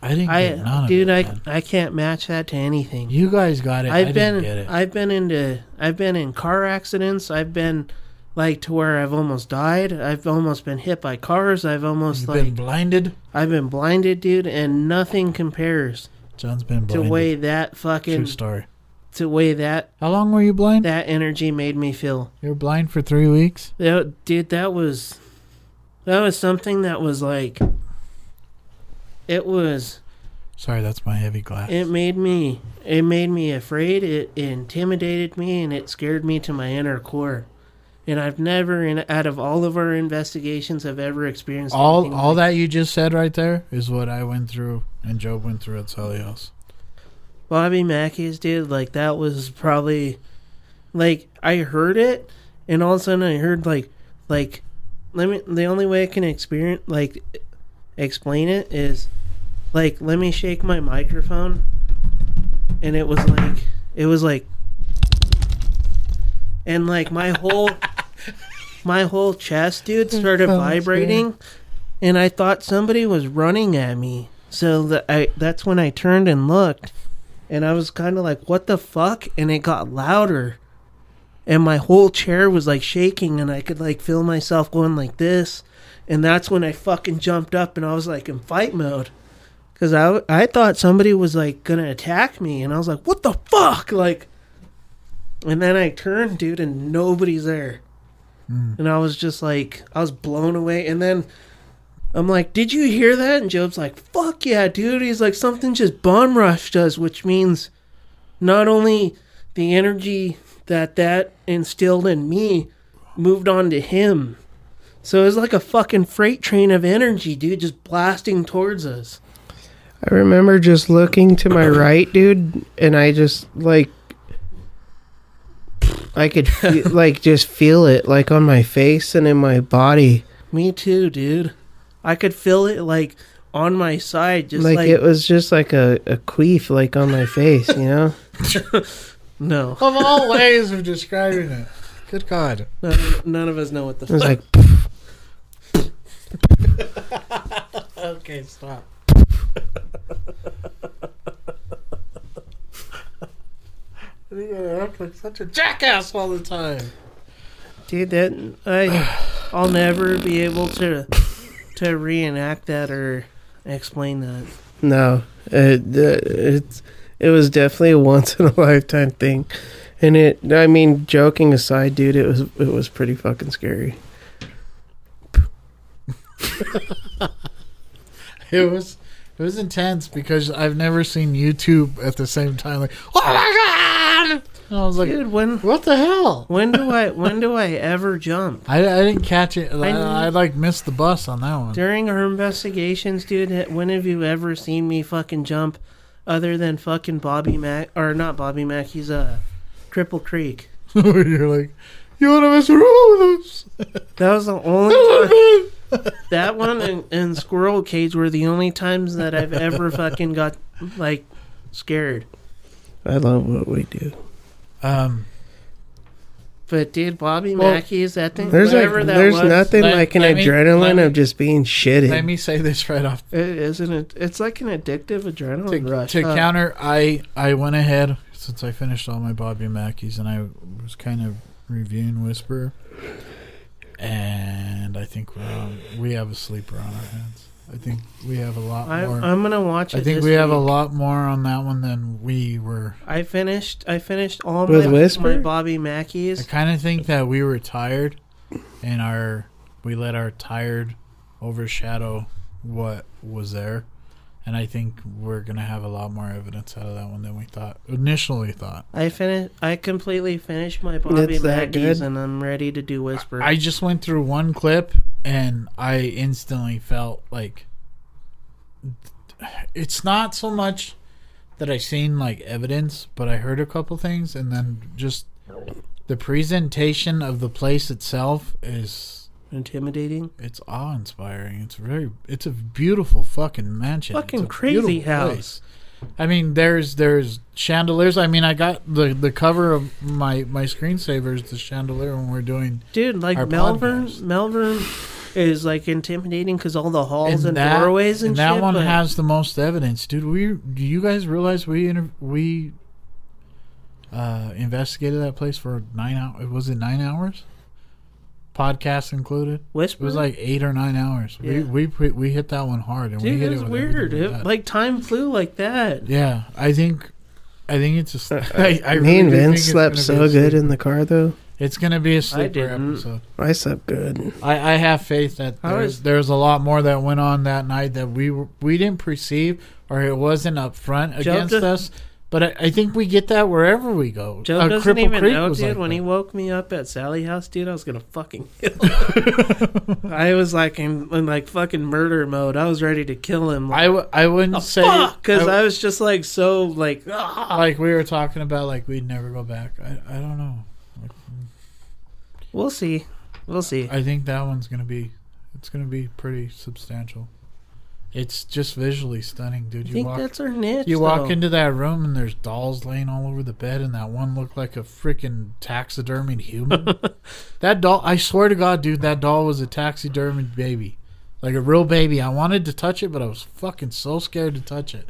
D: I didn't get none
G: I
D: of
G: dude,
D: it,
G: I
D: man.
G: I can't match that to anything.
D: you guys got it.
G: I've
D: I
G: been
D: didn't get it.
G: I've been into I've been in car accidents. I've been like to where I've almost died. I've almost been hit by cars. I've almost
D: You've
G: like
D: been blinded.
G: I've been blinded, dude, and nothing compares
D: John's been
G: to
D: blinded.
G: way that
D: True
G: fucking
D: story.
G: to way that
D: How long were you blind?
G: that energy made me feel.
D: you were blind for three weeks.
G: That, dude, that was that was something that was like it was
D: Sorry, that's my heavy glass.
G: it made me it made me afraid it, it intimidated me and it scared me to my inner core and i've never in out of all of our investigations i've ever experienced
D: all
G: anything
D: all
G: like-
D: that you just said right there is what I went through and Job went through at Solios.
G: bobby mackey's dude like that was probably like i heard it and all of a sudden i heard like like let me the only way i can experience like explain it is like let me shake my microphone and it was like it was like and like my whole my whole chest dude started
D: sounds
G: vibrating and i thought somebody was running at me so that i that's when i turned and looked and i was kind of like what the fuck and it got louder and my whole chair was like shaking and i could like feel myself going like this and that's when i fucking jumped up and i was like in fight mode because I, I thought somebody was like gonna attack me and i was like what the fuck like and then i turned dude and nobody's there and i was just like i was blown away and then I'm like, did you hear that? And Job's like, fuck yeah, dude. He's like, something just bum rushed us, which means not only the energy that that instilled in me moved on to him. So it was like a fucking freight train of energy, dude, just blasting towards us.
C: I remember just looking to
G: <coughs>
C: my right, dude, and I just like I could
G: <laughs>
C: fe- like just feel it like on my face and in my body.
G: Me too, dude. I could feel it like on my side, just
C: Like,
G: like,
C: it was just like a, a queef like on my face, you know? <laughs>
G: no,
D: Of all ways of describing it. Good God.
G: none of, none of us know what the
C: It was
G: fuck.
C: like
D: Okay, stop. You act like such a jackass all the time.
G: dude that i i'll never be able to to reenact that or explain that
C: No, it, it's it was definitely a <laughs> once in a lifetime thing, and it. I mean, joking aside, dude, it was it was pretty fucking scary.
D: It was it was intense because I've never seen YouTube at the same time. Like, oh my god! And I was like,
G: dude when
D: what the hell?
G: when do i when do i ever jump
D: I, I didn't catch it. I,
G: I-
D: I, like missed the bus on that <laughs> one.
G: during our investigations dude ha- when have you ever seen me fucking jump other than fucking bobby mack or not bobby mack he's a uh, triple creek
D: You're like, you want to mess around with us?
G: that was
C: <laughs>
G: the only that one and, and squirrel cage were the only times that
D: <laughs>
G: i've ever fucking got like scared
C: I love what we do.
D: <laughs> Um,
G: But dude, Bobby
D: Well,
G: Mackey is that thing?
C: There's like
G: whatever that
C: there's
G: was,
C: nothing
D: Let-
C: like an
D: let me- let
C: adrenaline
D: me-
C: of just being
D: let
C: shitty.
D: me say this right off
G: It isn't it? It's like an addictive adrenaline
D: to,
G: rush.
D: to
G: Uh,
D: counter, I I went ahead since I finished all my Bobby Mackeys and I was kind of reviewing Whisper, and I think we're on, we have a sleeper on our hands. I think we have a lot
G: I,
D: more.
G: I'm gonna watch it.
D: I think
G: this
D: we have a
G: week.
D: lot more on that one than we were.
G: I finished. I finished all
C: With
G: my,
C: Whisper?
G: my Bobby
D: I
G: Mackeys.
D: kind of think that we were tired, and our we let our tired overshadow what was there, and I think we're gonna have a lot more evidence out of that one than we thought initially thought.
G: I finished. I completely finished my Bobby
C: It's that
G: Mackeys,
C: good?
G: and I'm ready to do Whisper.
D: I just went through one clip and I instantly felt like it's not so much that I seen like evidence, but I heard a couple things and then just the presentation of the place itself is
G: Intimidating.
D: it's awe inspiring. It's very it's a beautiful fucking mansion.
G: Fucking
D: It's a
G: crazy
D: beautiful
G: house.
D: place. I mean there's there's chandeliers. I mean I got the the cover of my my screensaver is the chandelier when we're doing
G: Dude, like
D: Our
G: Melbourne.
D: podcast.
G: Melbourne is like intimidating because all the halls
D: and,
G: and,
D: that,
G: doorways and,
D: and that
G: shit,
D: one
G: but
D: has the most evidence, dude. We do you guys realize we inter- we uh, investigated that place for nine hours? Was it nine hours? Podcast included. It
G: Whisper.
D: was like eight or nine hours.
G: Yeah.
D: We we pre- we hit that one hard, and we
G: dude,
D: hit
G: it
D: it,
G: was
D: with
G: weird.
D: everything we
G: It-
D: got.
G: like time flew like that.
D: yeah, I think. I think it's just. <laughs>
G: <laughs>
D: I, I really
C: Me
D: do
C: and
D: think
C: Vince
D: it's
C: slept
D: gonna be
C: so
D: a
C: good
D: sleep-
C: in the car though.
D: It's gonna be a sleeper
G: didn't.
D: episode.
C: I slept
G: <laughs>
C: good.
D: I, I have faith that
G: How
D: there's,
G: is-
D: there's a lot more that went on that night that we were- we didn't perceive or it wasn't up front against
G: does-
D: us. But I, I think we get that wherever we go.
G: Joe
D: Uh,
G: doesn't
D: Cripple
G: even
D: Creek
G: know,
D: was
G: dude.
D: like
G: when
D: that.
G: he woke me up at Sally House, dude, I was
D: <laughs>
G: gonna fucking kill him. I was like in, in like fucking murder mode. I was ready to kill him. Like,
D: I, w- I wouldn't say
G: because
D: I
G: I,
D: w-
G: was just like so like ah.
D: like we were talking about like we'd never go back. I, I don't know.
G: We'll see, we'll see.
D: I think that one's gonna be it's gonna be pretty substantial. It's just visually stunning, dude.
G: I
D: You
G: think
D: walk
G: that's our niche.
D: You walk
G: though.
D: into that room and there's dolls laying all over the bed, and that one looked like a freaking taxidermied human. that doll, I swear to God, dude, that doll was a taxidermied baby, like a real baby. I wanted to touch it, but I was fucking so scared to touch it.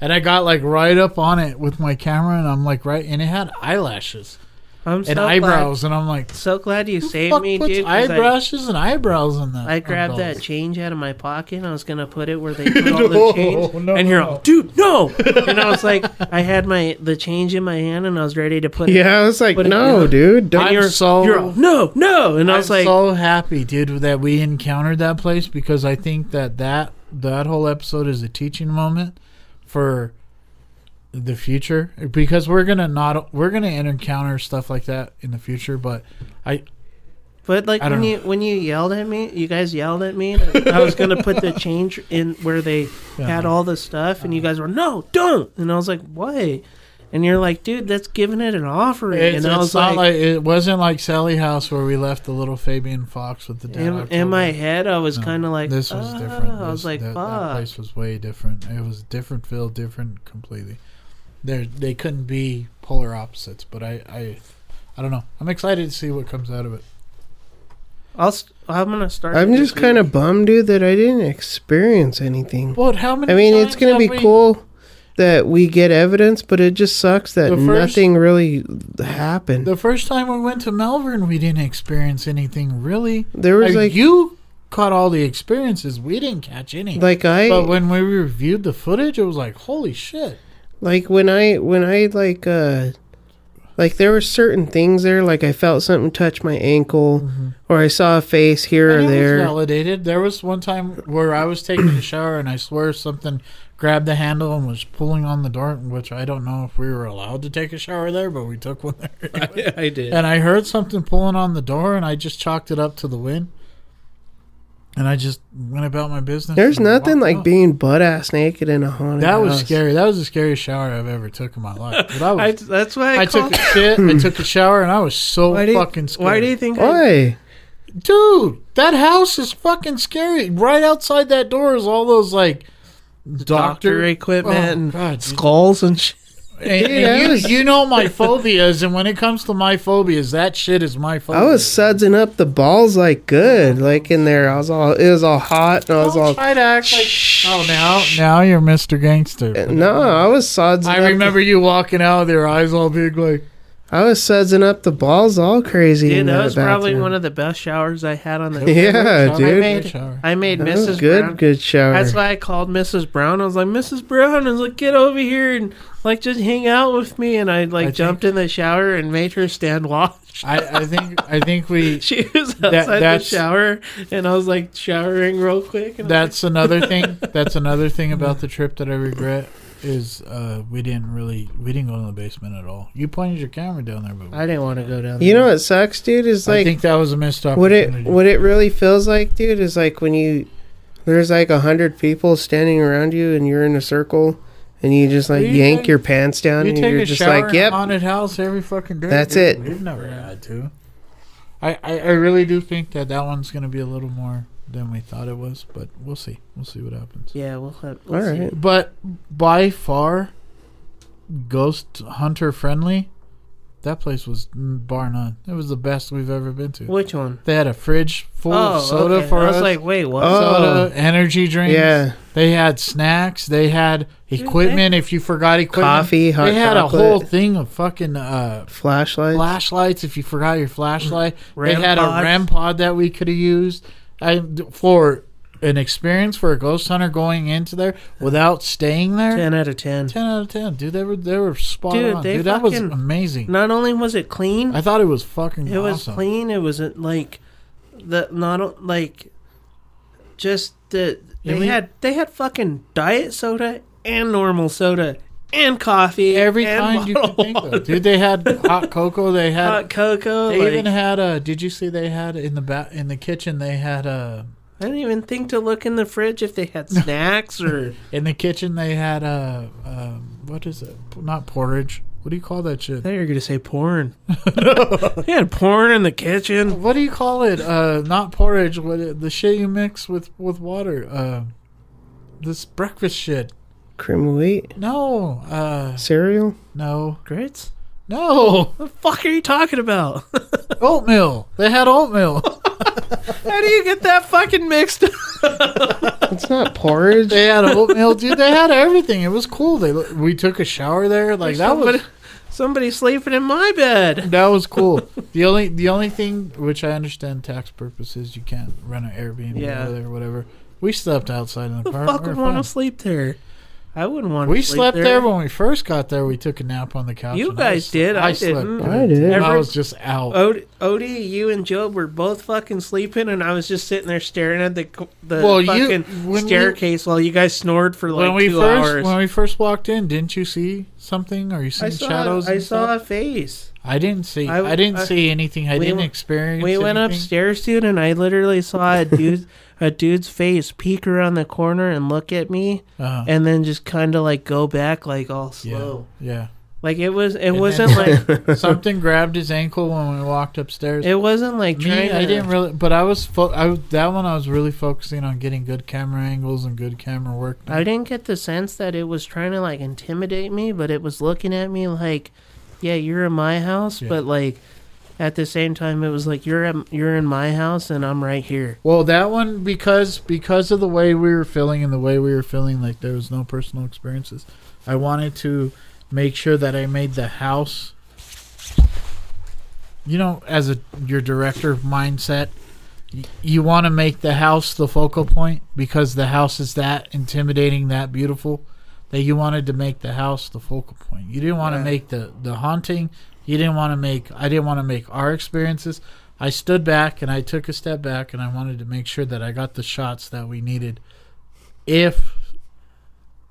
D: And I got like right up on it with my camera, and I'm like right, and it had eyelashes.
G: I'm so
D: and
G: glad-
D: eyebrows, and I'm like,
G: so glad you saved
D: fuck
G: me,
D: puts
G: dude. 'cause
D: eye
G: I-
D: brushes and eyebrows in that.
G: I grabbed
D: adult.
G: that change out of my pocket and I was gonna put it where
D: <laughs>
G: they put all the change.
D: no,
G: and you're
D: no,
G: all,
D: no.
G: dude, no! And I was like, I had my the change in my hand and I was ready to put it.
C: Yeah, I was like,
G: But it-
C: no, dude. Don't
D: I'm
C: you
D: so
G: You're all, no, no! And I
D: I'm
G: was like,
D: so happy, dude, that we encountered that place because I think that that that whole episode is a teaching moment for the future because we're gonna not we're gonna encounter stuff like that in the future. But I
G: but like
D: I don't
G: when
D: know.
G: you when you yelled at me, you guys yelled
D: <laughs>
G: at me. And I was gonna put the change in where they had all the stuff, and you guys were, no, don't! And I was like, why? And you're like, dude, that's giving it an offering.
D: it's,
G: and I
D: it's
G: was
D: not like,
G: like,
D: it wasn't like Sally House where we left the little Fabian Fox with the dad.
G: in, in my head, I was kind of like,
D: this was different.
G: "Oh," I
D: This-
G: was like,
D: that, that
G: fuck.
D: place was way different. It was different feel, different completely. They they couldn't be polar opposites. But I, I I don't know. I'm excited to see what comes out of it.
G: I'll st- I'm gonna start.
C: I'm
G: it
C: just
G: this
C: kind
G: week.
C: of bummed, dude, that I didn't experience anything.
D: But how many?
C: I mean, it's
D: times
C: gonna
D: have
C: be
D: we-
C: cool that we get evidence, but it just sucks that
D: The first-
C: nothing really happened.
D: The first time we went to Melbourne, we didn't experience anything really.
C: There was, like-
D: you caught all the experiences. We didn't catch any.
C: like I,
D: but when we reviewed the footage, it was like, holy shit.
C: like when I, when I like, uh, like there were certain things there. Like I felt something touch my ankle, or I saw a face here or
D: Mm-hmm. And it was
C: there.
D: validated. There was one time where I was taking a shower and I swear something grabbed the handle and was pulling on the door, which I don't know if we were allowed to take a shower there, but we took one
G: <laughs>
D: there.
C: I did.
D: and I heard something pulling on the door and I just chalked it up to the wind. And I just went about my business.
C: There's
D: and
C: nothing
D: walked
C: like
D: out.
C: being butt ass naked in a haunted.
D: That was
C: house.
D: scary. That was the scariest shower I've ever took in my life.
G: <laughs>
D: But I was.
G: I, that's why I,
D: I,
G: called.
D: took a shit.
C: Hmm.
D: I took a shower, and I was so
G: why do you,
D: fucking scared.
G: Why do you think? I,
C: Why?
D: dude, that house is fucking scary. Right outside that door is all those like
G: doctor equipment
D: Oh,
G: and
D: God, dude.
G: skulls and shit.
D: And,
C: Dude, I
D: and
C: was-
D: you, you know my phobias, and when it comes to my phobias, that shit is my phobia.
C: I was sudsing up the balls like good, like in there. I was all it was all hot, and I was
D: Don't
C: all
D: try to act like. Oh, now now you're Mr. Gangster.
C: no. I was sudsing.
D: I
C: up
D: remember you walking out with your eyes all big, like
C: The, I was sudsing up the balls all crazy. in
G: Dude, that was probably
C: bathroom.
G: one of the best showers I had on
C: <laughs>
G: the.
C: Yeah,
D: I
C: dude.
D: made shower.
G: I made
C: That was
G: Mrs.
C: Oh, good,
G: Brown.
C: good shower.
G: That's why I called Mrs. Brown. I was like, Mrs. Brown, I was like, get over here and like just hang out with me. And I like
D: I
G: jumped in the shower and made her stand watch. <laughs>
D: I, I think I think we
G: She was outside the
D: that's-
G: shower, and I was like showering real quick. And I
D: that's <laughs> another thing that's another thing about the trip that I regret is uh, we didn't really we didn't go in the basement at all. You pointed your camera down there, but
G: I didn't want to go down.
C: You know what sucks, dude, is
D: I
C: like
D: think that was a missed
C: what
D: opportunity.
C: it what it really feels like, dude, is like when you there's like a hundred people standing around you and you're in a circle and you just like
D: You
C: yank
D: take-
C: your pants down
D: you
C: and
D: take
C: you're
D: a
C: just
D: shower
C: like,
D: in a
C: Yep.
D: haunted house every fucking day.
C: That's
D: dude.
C: it.
D: We've never had to. I, I I really do think that that one's gonna be a little more than we thought it was, but we'll see. We'll see what happens.
G: Yeah, we'll have.
C: All
G: We'll see.
C: right.
D: But by far, ghost hunter friendly. That place was mm, bar none. It was the best we've ever been to.
G: Which one?
D: They had a fridge full
G: Oh,
D: of soda
G: okay.
D: for
G: I was
D: us.
G: like, wait, what?
C: Oh,
D: soda, energy drinks.
C: Yeah.
D: They had snacks. They had equipment. if you forgot equipment,
C: Coffee, hot
D: They had
C: chocolate.
D: a whole thing of fucking uh,
C: Flashlight.
D: flashlights. If you forgot your flashlight,
G: Ram
D: they had
G: pods.
D: a ram pod that we could have used. I for an experience for a ghost hunter going into there without staying there.
G: 10 out of 10.
D: 10 out of ten, dude. They were they were spot
G: Dude,
D: on.
G: they
D: Dude, that was
G: fucking-
D: amazing.
G: Not only was it clean,
D: I thought it was fucking.
G: it was
D: awesome.
G: clean. It wasn't like the not o- like just the they
D: Yeah, we-
G: had they had fucking diet soda and normal soda and coffee
D: Every
G: and
D: kind you could
G: bottled
D: think
G: water,
D: of, dude. They
G: <laughs>
D: had hot cocoa. They had
G: hot cocoa.
D: They
G: like,
D: even had a. Did you see they had in the ba- in the kitchen? They had uh, a.
G: I didn't even think to look in the fridge if
D: <laughs>
G: they had snacks or
D: In the kitchen they had a. Um, what is it? Not porridge. What do you call that shit?
G: I thought you were gonna say
D: <laughs>
G: porn. <laughs> they had porn in the kitchen.
D: What do you call it? Uh, not porridge. What it- the shit you mix with with water? Uh, this breakfast shit.
C: Cream of wheat.
D: No. Uh,
C: Cereal?
D: no.
G: Grits?
D: No.
G: The fuck are you talking about? <laughs>
D: Oatmeal. They had oatmeal.
G: How do you get that fucking mixed up?
C: It's not porridge.
G: <laughs>
D: they had oatmeal, dude. They had everything. It was cool. They we took a shower there. Like that was.
G: Somebody's sleeping in my bed.
D: That was
G: <laughs>
D: cool. the only the only thing which I understand tax purposes, you can't rent an Airbnb
G: Yeah.
D: over there or whatever. We slept outside in the
G: Who the
D: park.
G: fuck would want to sleep there? I wouldn't want.
D: we
G: to sleep
D: slept there when we first got there. We took a nap on the couch.
G: You
D: and I
G: guys
D: s-
G: did, Mm-hmm. Oh, I didn't.
D: good.
C: I did.
D: I
G: Ever-
D: was just out.
G: Od- Odie, you and Job were both fucking sleeping, and I was just sitting there staring at the co- the
D: Well, you-
G: fucking
D: when we-
G: staircase while you guys snored for like
D: when we
G: two
D: first
G: hours.
D: when we first walked in, didn't you see something? Or you
G: I
D: seen
G: saw,
D: shadows?
G: I
D: and
G: saw a
D: stuff?
G: face.
D: I didn't see.
G: I-
D: I, didn't
G: I-
D: see anything. I
G: we
D: didn't
G: went-
D: experience.
G: We went
D: anything.
G: upstairs, dude, and I literally saw <laughs> a dude a dude's face peek around the corner and look at me,
D: Uh-huh.
G: and then just kind of like go back like all
D: yeah,
G: slow.
D: yeah.
G: Like it was, it
D: then-
G: wasn't
D: <laughs>
G: like
D: Something grabbed his ankle when we walked upstairs.
G: it wasn't like
D: Me,
G: trying.
D: I
G: to-
D: didn't really, but I was fo- I, was- that one. I was really focusing on getting good camera angles and good camera work.
G: I didn't get the sense that it was trying to like intimidate me, but it was looking at me like, "Yeah, you're in my house,"
D: Yeah.
G: but like at the same time, it was like, "You're at, you're in my house, and I'm right here."
D: Well, that one because because of the way we were feeling and the way we were feeling, like there was no personal experiences. I wanted to make sure that I made the house. You know, as a your director mindset, y- you want to make the house the focal point because the house is that intimidating, that beautiful, that you wanted to make the house the focal point. You didn't want to make the the haunting. You didn't want to make. I didn't want to make our experiences. I stood back and I took a step back and I wanted to make sure that I got the shots that we needed. If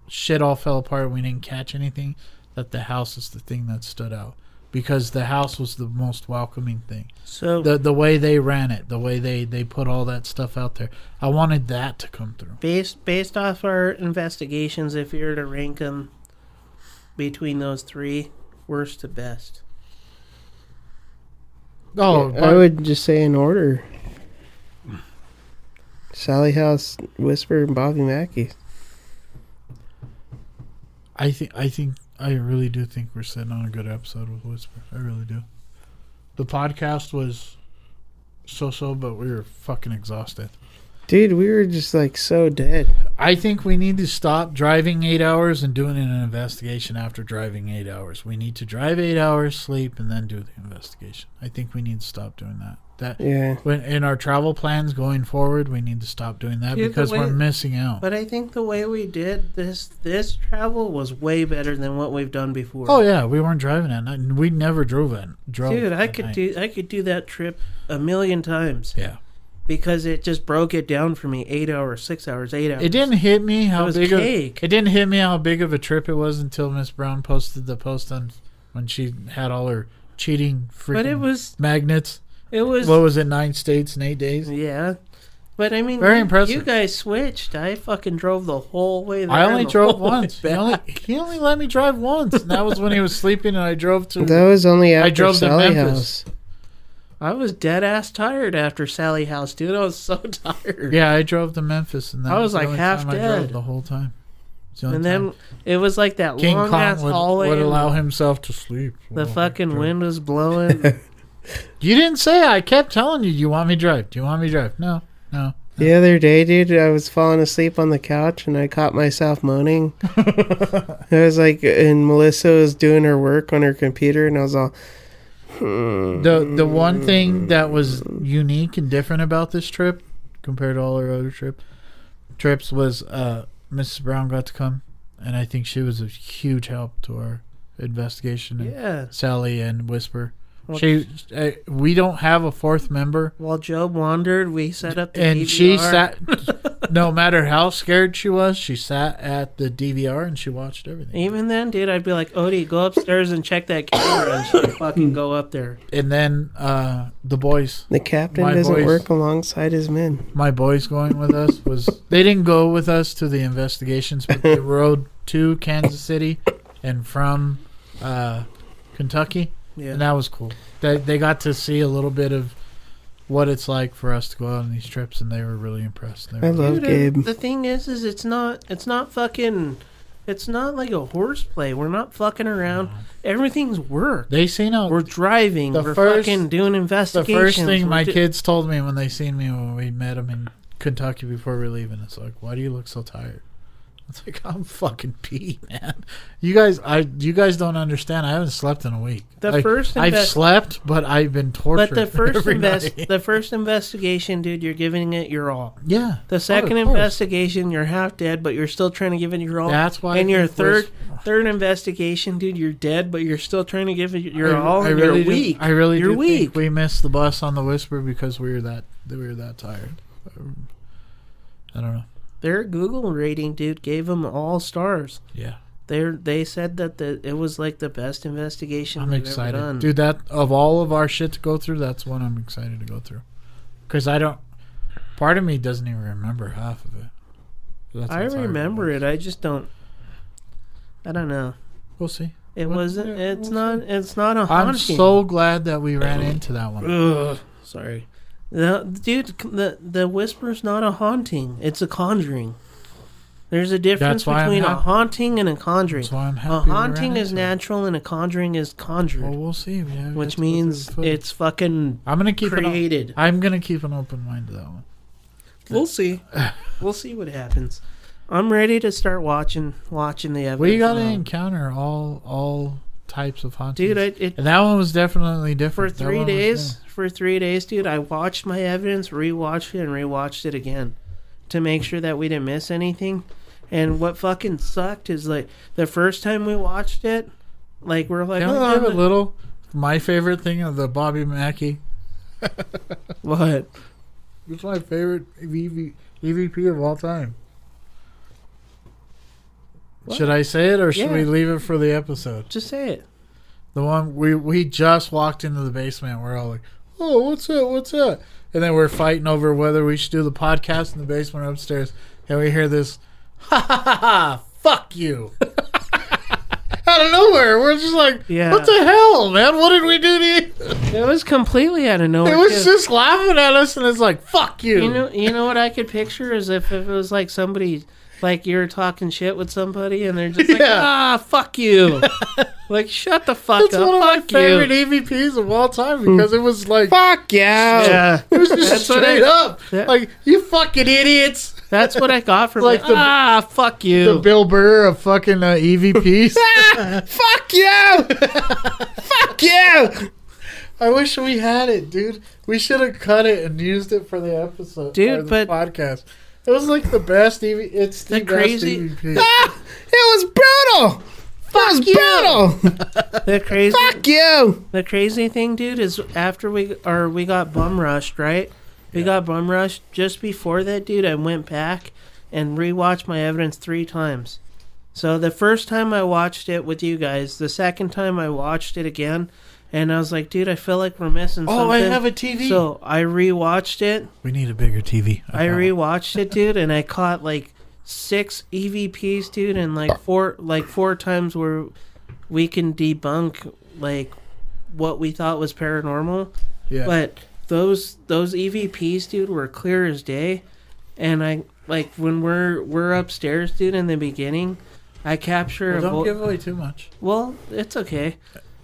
D: shit all fell apart, we didn't catch anything. That the house is the thing that stood out because the house was the most welcoming thing
G: So
D: the the way they ran it, the way they they put all that stuff out there. I wanted that to come through.
G: based based off our investigations, if you were to rank them between those three, worst to best.
D: Oh,
C: I would just say in order. Sally House, Whisper, and Bobby Mackey.
D: I think I think I really do think we're sitting on a good episode with Whisper. I really do. The podcast was so so, but we were fucking exhausted.
C: Dude, we were just like so dead.
D: I think we need to stop driving eight hours and doing an investigation after driving eight hours. We need to drive eight hours, sleep, and then do the investigation. I think we need to stop doing that. That
C: Yeah.
D: when in our travel plans going forward, we need to stop doing that
G: Dude, the
D: because
G: way-
D: we're missing out.
G: But I think the way we did this this travel was way better than what we've done before.
D: oh yeah, we weren't driving at night. and We never drove at drove.
G: Dude, I
D: at
G: could
D: night.
G: do I could do that trip a million times
D: Yeah,
G: because it just broke it down for me eight hours, six hours, eight hours.
D: it didn't hit me how
G: was
D: big. Of,
G: cake.
D: it didn't hit me how big of a trip it was until Miss Brown posted the post on when she had all her cheating freaking
G: But it was
D: magnets.
G: it was
D: What was it? Nine states in eight days.
G: yeah. But I mean,
D: Very
G: you-
D: impressive.
G: You guys switched. I fucking drove the whole way. There
D: I only
G: and the
D: drove
G: <laughs> whole way
D: once. He only,
G: back.
D: he only let me drive once, and that was when he was sleeping. And I drove to
C: That was only after
D: drove to
C: Sally
D: Memphis.
C: House.
G: I was dead ass tired after Sally House, dude. I was so <laughs> tired.
D: Yeah, I drove to Memphis, and that
G: I was,
D: the
G: like,
D: only
G: half
D: time I drove
G: dead.
D: the whole time. It's the only
G: And then
D: time.
G: it was like that
D: King
G: long ass
D: Kong would,
G: hallway.
D: would
G: and
D: allow himself to sleep.
G: the
D: while he
G: fucking
D: drove.
G: wind
D: <laughs>
G: was blowing.
D: You didn't say. I kept telling you. Do you want me to drive? Do you want me to drive? No, no.
C: The other day, dude, I was falling asleep on the couch and I caught myself moaning. I was like, and Melissa was doing her work on her computer, and I was all,
D: The the one thing that was unique and different about this trip compared to all our other trip trips was uh, Mrs. Brown got to come, and I think she was a huge help to our investigation. And
G: yeah.
D: Sally and Whisper.
G: Well,
D: She, uh, we don't have a fourth member.
G: While Job wandered, we set up the
D: and
G: DVR.
D: she
G: <laughs>
D: sat no matter how scared she was she sat at the dvr and she watched everything
G: Even then, dude, I'd be like, Odie, go upstairs and check that camera, and
D: <coughs>
G: she'd fucking go up there.
D: and then uh the boys
C: the captain
D: My
C: doesn't
D: voice.
C: work alongside his men.
D: my boys going with us was they didn't go with us to the investigations but
G: <laughs>
D: they rode to kansas city and from uh kentucky
G: Yeah.
D: and that was cool they, they got to see a little bit of what it's like for us to go out on these trips and they were really impressed They
C: I
D: were-
C: love
G: Dude,
C: Gabe.
G: The thing is, is it's not, it's not fucking, it's not like a horseplay. We're not fucking around. Everything's work.
D: they seen how
G: We're driving.
D: The
G: We're
D: first-
G: fucking doing
D: the
G: investigations.
D: first thing
G: We're
D: my
G: do-
D: kids told me when they seen me when we met them in Kentucky before we were leaving, it's like, why do you look so tired? It's like <laughs> I'm fucking pee, man. You guys, I you guys don't understand. I haven't slept in a week.
G: The
D: I,
G: first
D: I've
G: inve-
D: slept, but I've been tortured.
G: But the
D: <laughs>
G: first
D: every
G: invest,
D: night.
G: the first investigation, dude, you're giving it your all.
D: yeah.
G: The second
D: Oh, of course.
G: investigation, you're half dead, but you're still trying to give it your all.
D: That's why I
G: And your
D: think we're-
G: third third investigation, dude, you're dead, but you're still trying to give it your
D: I,
G: all.
D: I
G: and
D: really
G: you're
D: do-
G: weak.
D: I really
G: you're
D: do
G: weak.
D: think we missed the bus on the whisper because we were that we were that tired. Um, I don't know.
G: Their Google rating, dude, gave them all stars.
D: Yeah.
G: They they said that the it was like the best investigation
D: I'm
G: they've
D: excited,
G: ever done.
D: dude. That of all of our shit to go through, that's one I'm excited to go through, because I don't. Part of me doesn't even remember half of it. That's
G: I
D: how tired
G: remember
D: was.
G: it. I just don't. I don't know.
D: We'll see.
G: It
D: What-
G: wasn't.
D: yeah,
G: It's
D: we'll
G: not. It's not a
D: I'm
G: haunting.
D: so glad that we ran into that one.
G: Ugh, sorry. The, dude, c- the the whisper's not a haunting. It's a conjuring. There's a difference
D: That's why I'm
G: between a
D: happy.
G: haunting and a conjuring.
D: That's why I'm
G: A
D: happy.
G: haunting
D: we ran
G: is
D: into it.
G: natural and a conjuring is conjured,
D: Well, we'll see. Yeah, we have
G: which
D: to go through
G: means
D: the footage.
G: it's fucking.
D: I'm gonna keep an o-
G: created.
D: I'm gonna keep an open mind to that one.
G: We'll see. we'll see what happens. I'm ready to start watching watching the evidence.
D: We gotta
G: now.
D: encounter all all types of hauntings.
G: um, dude. I, it,
D: and that one was definitely
G: for
D: different. That
G: three
D: one was
G: days
D: new.
G: for three days dude i watched my evidence rewatched it and rewatched it again to make sure that we didn't miss anything and what fucking sucked is like the first time we watched it like we're like
D: Can
G: oh,
D: we give
G: I'm-
D: a little? My favorite thing of the Bobby Mackey.
G: what
D: It's my favorite EV, EVP of all time. Should I say it or should
G: Yeah.
D: we leave it for the episode?
G: just say it
D: The one we we just walked into the basement. We're all like, "Oh, what's that? What's that?" And then we're fighting over whether we should do the podcast in the basement or upstairs. And we hear this, "Ha ha ha! ha fuck you!" <laughs> Out of nowhere, we're just like,
G: Yeah.
D: "What the hell, man? What did we do to you?"
G: it was completely out of nowhere
D: It was
G: too.
D: just laughing at us, and it's like, "Fuck you!"
G: you know you know what i could picture is if, if it was like somebody like you're talking shit with somebody and they're just like
D: Yeah.
G: ah fuck <laughs> you like shut the fuck
D: That's
G: up
D: one of my
G: fuck you
D: favorite EVPs of all time because it was like,
C: Fuck
G: <laughs>
C: yeah.
G: yeah
D: it was just
G: That's what
D: straight
G: I-
D: up,
G: that-
D: like, "You fucking idiots."
G: That's what I got from
D: Like
G: it.
D: the-
G: ah, fuck
D: The
G: you.
D: Bill Burr of fucking uh, EVPs.
C: Fuck you. Fuck you.
D: <laughs> I wish we had it, dude. We should have cut it and used it for the episode,
G: Dude,
D: or the
G: but-
D: podcast. It was like the best EV. It's the,
G: The
D: best E
G: crazy-
D: EVP.
C: Ah, it was brutal. Fuck was brutal.
G: the crazy,
C: Fuck you.
G: the crazy thing, dude, is after we or we got bum rushed, right? We got bum rushed. Just before that, dude, I went back and rewatched my evidence three times. So the first time I watched it with you guys, the second time I watched it again, and I was like, dude, I feel like we're missing something.
D: <laughs> Oh, I have a TV.
G: So I rewatched it.
D: we need a bigger TV.
G: I rewatched it, dude, and I caught like six EVPs, dude, and like four like four times where we can debunk like what we thought was paranormal.
D: yeah.
G: But those those EVPs, dude, were clear as day. And I like when we're we're upstairs, dude, in the beginning, I capture
D: Well,
G: a
D: don't
G: vo-
D: give away too much.
G: well, it's okay.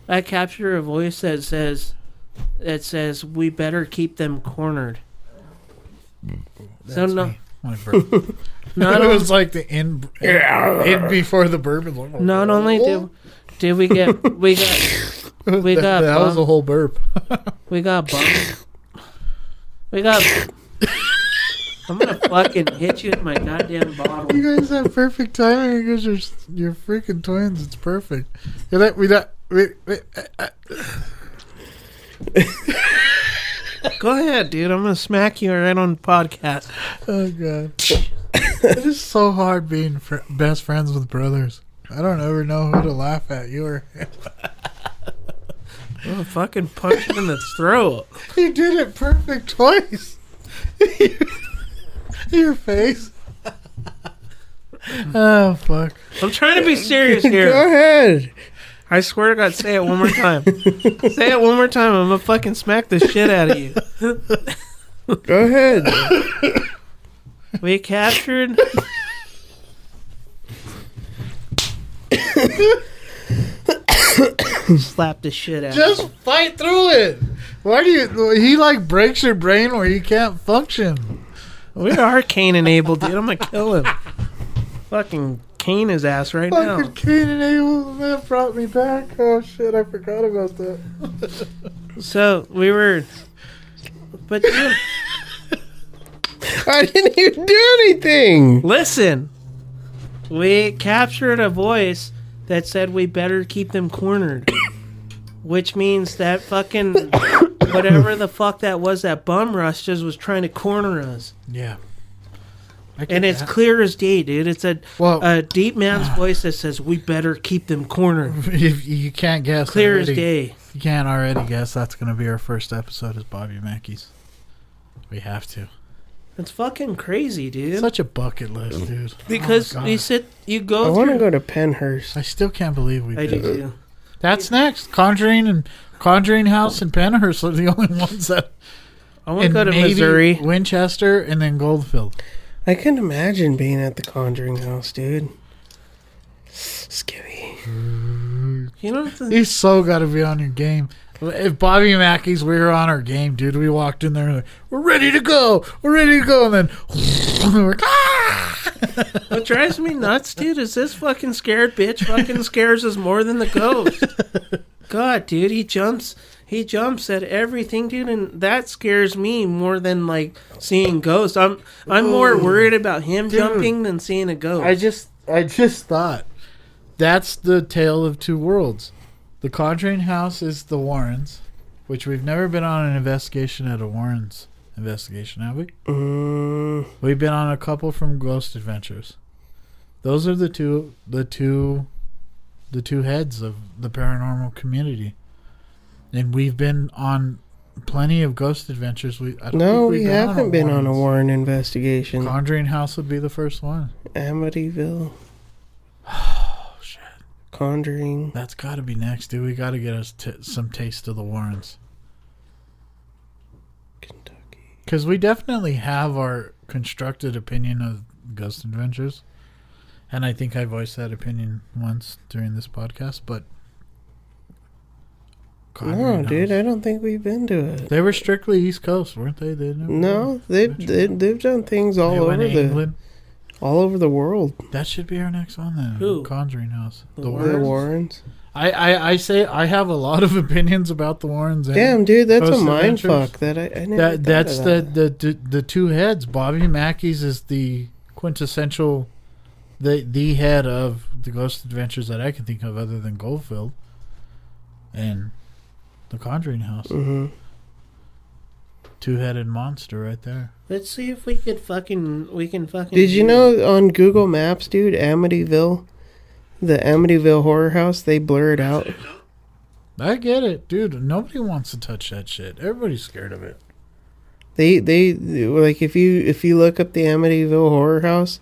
G: I capture a voice that says that says we better keep them cornered.
D: Hmm.
G: so no,
D: <laughs> My bourbon.
G: not
D: it
G: only,
D: was like the in, in before the bourbon.
G: not only did did we get we got
D: <laughs>
G: we
D: that,
G: got
D: that was a
G: bum,
D: whole burp. <laughs>
G: we got bum, we got. I'm gonna fucking hit you in my goddamn bottle.
D: You guys have perfect timing because you're you're freaking twins. It's perfect. You're like, we got. We, we,
G: Go ahead, dude. I'm gonna smack you right on the podcast.
D: Oh god, it is so hard being fr- best friends with brothers. I don't ever know who to laugh at. You were,
G: I'm gonna fucking punch him in the throat.
D: <laughs> you did it perfect twice. <laughs> Your face. <laughs> Oh fuck!
G: I'm trying to
D: <laughs>
G: be serious here.
D: Go ahead.
G: I swear to God, say it one more time. say it one more time. I'm gonna fucking smack the shit out of you.
D: Go ahead.
G: We captured. Slap the shit
D: <laughs>
G: out.
D: Just fight through it. Why do you? He like breaks your brain where you can't function.
G: we are Cain and Abel, dude. I'm gonna kill him. fucking cane his ass right now.
D: Fucking Cain and Abel, that brought me back. Oh shit, I forgot about that.
G: So we were, but dude,
C: I didn't even do anything.
G: listen, we captured a voice that said we better keep them cornered, <coughs> which means that fucking <coughs> whatever the fuck that was that bum rush just was trying to corner us.
D: Yeah. I get <laughs>
G: And it's
D: that.
G: clear as day, dude. It's a
D: Well-
G: a deep man's
D: <sighs>
G: voice that says, "We better keep them cornered."
D: you, you can't guess.
G: Clear as
D: already.
G: day.
D: You can't already guess that's going to be our first episode as Bobby Mackey's. We have to.
G: It's fucking crazy, dude.
D: Such a bucket list, dude.
G: because
D: oh my
G: you
D: God.
G: sit, you
C: I
G: go
C: want to
G: through.
C: go to Penhurst.
D: I still can't believe we
G: I do
D: did. it.
G: too.
D: That's next. Conjuring and Conjuring House and Panahurst are the <laughs> only ones that.
G: I want to
D: and
G: go to
D: maybe
G: Missouri.
D: Winchester, and then Goldfield.
C: I couldn't imagine being at the Conjuring House, dude. Skippy.
G: You know, the,
D: You so got to be on your game. If Bobby Mackey's, we were on our game, dude. We walked in there, and like, we're ready to go. We're ready to go, and then <laughs> we're ah!
G: what drives me nuts, dude, is this fucking scared bitch fucking scares us more than the ghost.
C: <laughs>
G: God, dude, he jumps. He jumps at everything, dude, and that scares me more than like seeing ghosts. I'm I'm more worried about him jumping than seeing a ghost.
D: I just I just thought that's the tale of two worlds. The Conjuring House is the Warrens, which we've never been on an investigation at a Warrens investigation, have we?
C: Uh,
D: We've been on a couple from Ghost Adventures. Those are the two the two the two heads of the paranormal community. And we've been on plenty of ghost adventures. We I don't think
C: No, we
D: we've been on
C: haven't
D: a
C: been on a
D: Warrens.
C: Warren investigation.
D: Conjuring House would be the first one. <sighs>
C: Amityville. Oh,
D: shit.
C: Conjuring.
D: That's got to be next, dude. We got to get us t- some taste of the Warrens.
C: Kentucky.
D: Because we definitely have our constructed opinion of Ghost Adventures. And I think I voiced that opinion once during this podcast, but. God, who
C: No,
D: knows?
C: dude, I don't think we've been to it.
D: They were strictly East Coast, weren't they? they never-
C: No, they've they, they've done things all
D: They
C: over
D: went to
C: the
D: England.
C: all over the world.
D: That should be our next one then.
G: Who?
D: Conjuring House. The,
C: The
D: Warrens.
C: Warrens.
D: I, I, I say I have a lot of <laughs> opinions about the Warrens. and-
C: Damn, dude, that's
D: Ghost
C: a mind
D: Adventures.
C: fuck that I, I never thought
D: that that's
C: of
D: the,
C: that.
D: the the the two heads. Bobby Mackey's is the quintessential, the the head of the Ghost Adventures that I can think of, other than Goldfield, and the Conjuring House. Two-headed monster right there.
G: Let's see if we could fucking we can fucking.
C: Did you
G: do
C: know on Google Maps, dude, Amityville, the Amityville Horror House, they blur it out.
D: I get it, dude. Nobody wants to touch that shit. Everybody's scared of it.
C: They they like if you if you look up the Amityville Horror House,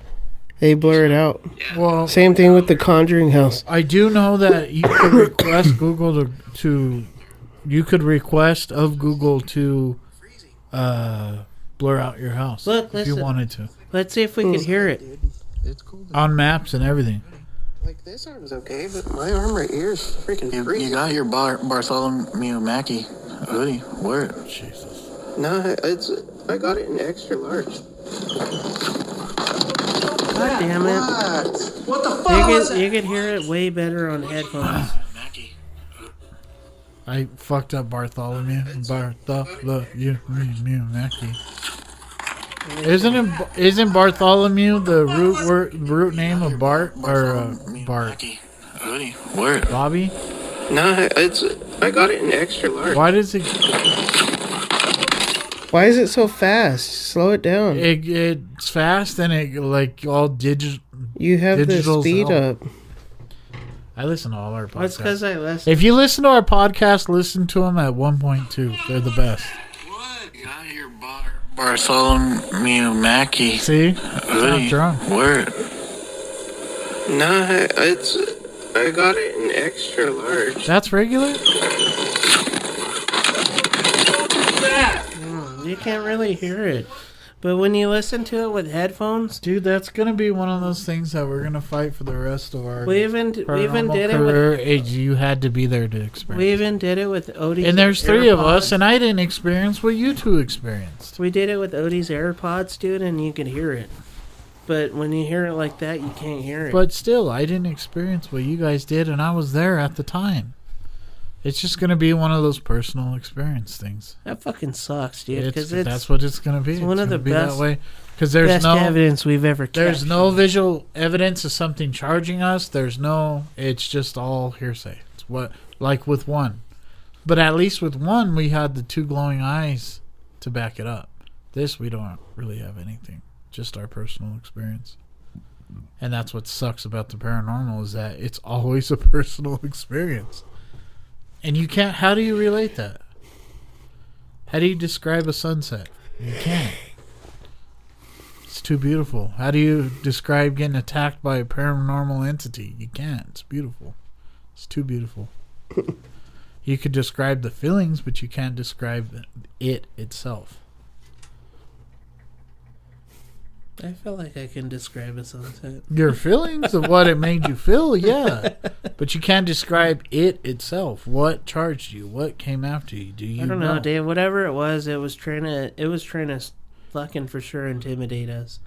C: they blur it out.
D: Well,
C: Same thing with the Conjuring House.
D: I do know that you could request Google to, to you could request of Google to uh, blur out your house
G: Look,
D: if
G: listen.
D: you wanted to
G: Let's see if we
C: Hmm.
G: could hear it.
H: It's cool. that-
D: on maps and everything.
H: Like this arm's okay, but my arm right here is freaking free. You got your Bar- Bartholomew Mackey hoodie. Wear it.
D: Jesus,
H: No, it's I got it in extra large.
G: God damn it!
H: What the
G: You could you could hear it way better on headphones.
H: Mackey.
D: I fucked up Bartholomew Bartholomew Mew Mackey. Isn't it, Ba- isn't Bartholomew the root word, root name of Bart or uh, Bart
H: Mackey hoodie. Wear it.
D: Bobby?
H: No, it's I got it in extra large.
D: Why does it
C: Why is it so fast? Slow it down.
D: it it's fast and it like all digit?
C: You have the
D: digital's
C: speed
D: out.
C: up.
D: I listen to all our podcasts.
G: That's because I listened.
D: If you listen to our podcast, listen to them at 1.2. They're the best.
H: What? You got your Bar- Bartholomew Mackey
D: See?
H: hoodie.
D: drunk.
H: Wear it. No, it's I got it in extra large.
D: That's regular?
G: You can't really hear it. But when you listen to it with headphones,
D: Dude, that's going to be one of those things that we're going to fight for the rest of our
G: we even we even
D: paranormal
G: did it with
D: career. It- you had to be there to experience.
G: we even did it with Odie's
D: and there's three of us,
G: AirPods.
D: and I didn't experience what you two experienced.
G: we did it with Odie's AirPods, dude, and you could hear it. But when you hear it like that, you can't hear it.
D: But still, I didn't experience what you guys did, and I was there at the time. It's just going to be one of those personal experience things.
G: that fucking sucks, dude.
D: It's,
G: Because it's,
D: that's what it's going to be.
G: it's one
D: It's
G: of
D: gonna
G: the
D: be
G: best-
D: that way because there's
G: best
D: no
G: evidence we've ever.
D: there's
G: captured.
D: no visual evidence of something charging us. There's no. It's just all hearsay. It's what like with one, but at least with one we had the two glowing eyes to back it up. This we don't really have anything. Just our personal experience. And that's what sucks about the paranormal is that it's always <laughs> a personal experience. And you can't. How do you relate that? How do you describe a sunset? You can't. It's too beautiful. How do you describe getting attacked by a paranormal entity? You can't. It's beautiful. It's too
G: <laughs>
D: beautiful. you could describe the feelings, but you can't describe it itself.
G: I feel like I can describe a sunset.
D: Your feelings of what it made you feel,
G: <laughs>
D: yeah. But you can't describe it itself. What charged you? What came after you? Do you
G: I don't know, Dave. Whatever it was, it was trying to. It was trying to fucking for sure intimidate us.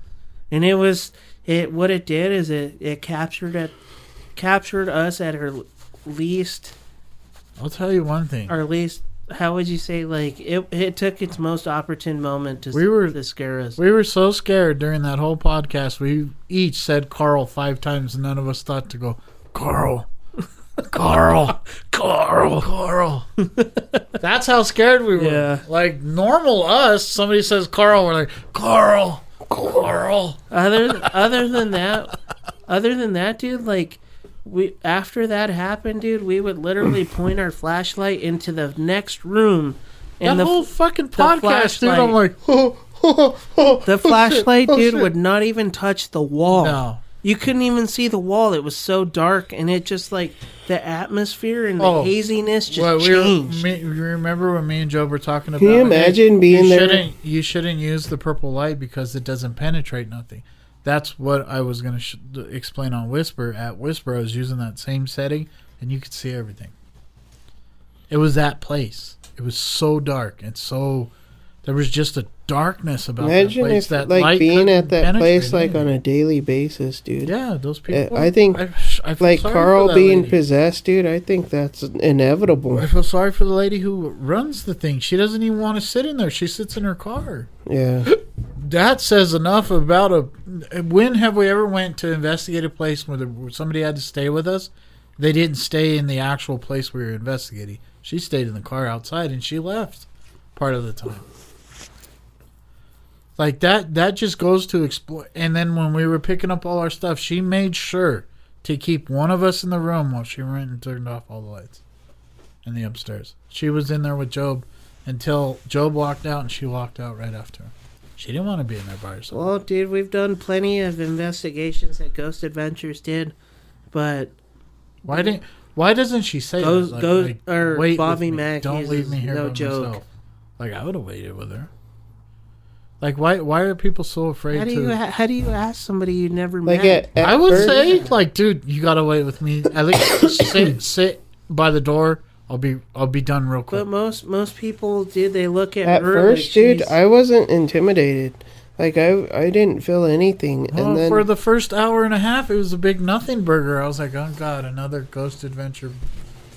G: And it was it. What it did is it it captured it captured us at her least
D: I'll tell you one thing.
G: or least how would you say like it it took its most opportune moment to
D: We were-
G: to scare us.
D: We were so scared during that whole podcast. We each said Carl five times, and none of us thought to go,
G: <laughs>
D: Carl, Carl, Carl, Carl. That's how scared we were.
G: Yeah.
D: Like normal us, somebody says Carl, we're like, Carl, Carl.
G: other other than that other than that dude like we after that happened dude we would literally point our flashlight into the next room
D: That
G: and the
D: whole fucking podcast, dude. I'm
G: flashlight.
D: like,
G: <laughs>
D: oh, oh, oh,
C: <laughs>
G: the
D: oh,
G: flashlight
D: shit, oh,
G: dude
D: shit.
G: would not even touch the wall
D: No.
G: you couldn't even see the wall it was so dark and it just like the atmosphere and the
D: Oh.
G: haziness just
D: Well, we were,
G: changed
D: me, you remember when me and Joe were talking about?
C: Can you
D: hey,
C: imagine being
D: you
C: there?
D: Shouldn't, you shouldn't use the purple light because it doesn't penetrate nothing. That's what I was going to sh- explain on Whisper. At Whisper, I was using that same setting, and you could see everything. It was that place. It was so dark and so there was just a darkness about
C: Imagine
D: that place.
C: if,
D: that
C: like,
D: light
C: being
D: couldn't
C: at that
D: penetrate
C: place, like,
D: anything.
C: on a daily basis, dude.
D: yeah, those
C: Uh,
D: people.
C: I think,
D: I feel
C: like,
D: sorry for
C: Carl
D: that
C: being
D: lady.
C: possessed, dude, I think that's inevitable.
D: I feel sorry for the lady who runs the thing. She doesn't even want to sit in there. She sits in her car.
C: Yeah.
D: That says enough about a. When have we ever went to investigate a place where, the, where somebody had to stay with us? They didn't stay in the actual place we were investigating. She stayed in the car outside, and she left part of the time. Like that. That just goes to explore. And then when we were picking up all our stuff, she made sure to keep one of us in the room while she went and turned off all the lights in the upstairs. She was in there with Job until Job walked out, and she walked out right after him. She didn't want to be in there by herself.
G: well dude we've done plenty of investigations that ghost adventures did but
D: Why didn't? Why doesn't she say?
G: Go-
D: that?
G: go- or
D: wait
G: Bobby
D: with me.
G: Mack
D: Don't
G: uses
D: leave me here
G: no
D: by
G: joke.
D: myself. Like I would have waited with her. Like why? Why are people so afraid
G: how do
D: to?
G: you how do you ask somebody you never
C: Like,
G: met
C: at, at
D: I would
C: first-
D: say, like, dude, you gotta wait with me. At
G: <coughs>
D: least sit, sit by the door. I'll be, I'll be done real quick.
G: But most most people, dude, they look at
C: At
G: her
C: first,
G: like
C: dude,
G: she's-
C: I wasn't intimidated. Like I, I didn't feel anything,
D: Well,
C: and then
D: for the first hour and a half, it was a big nothing burger. I was like, oh god, another ghost adventure.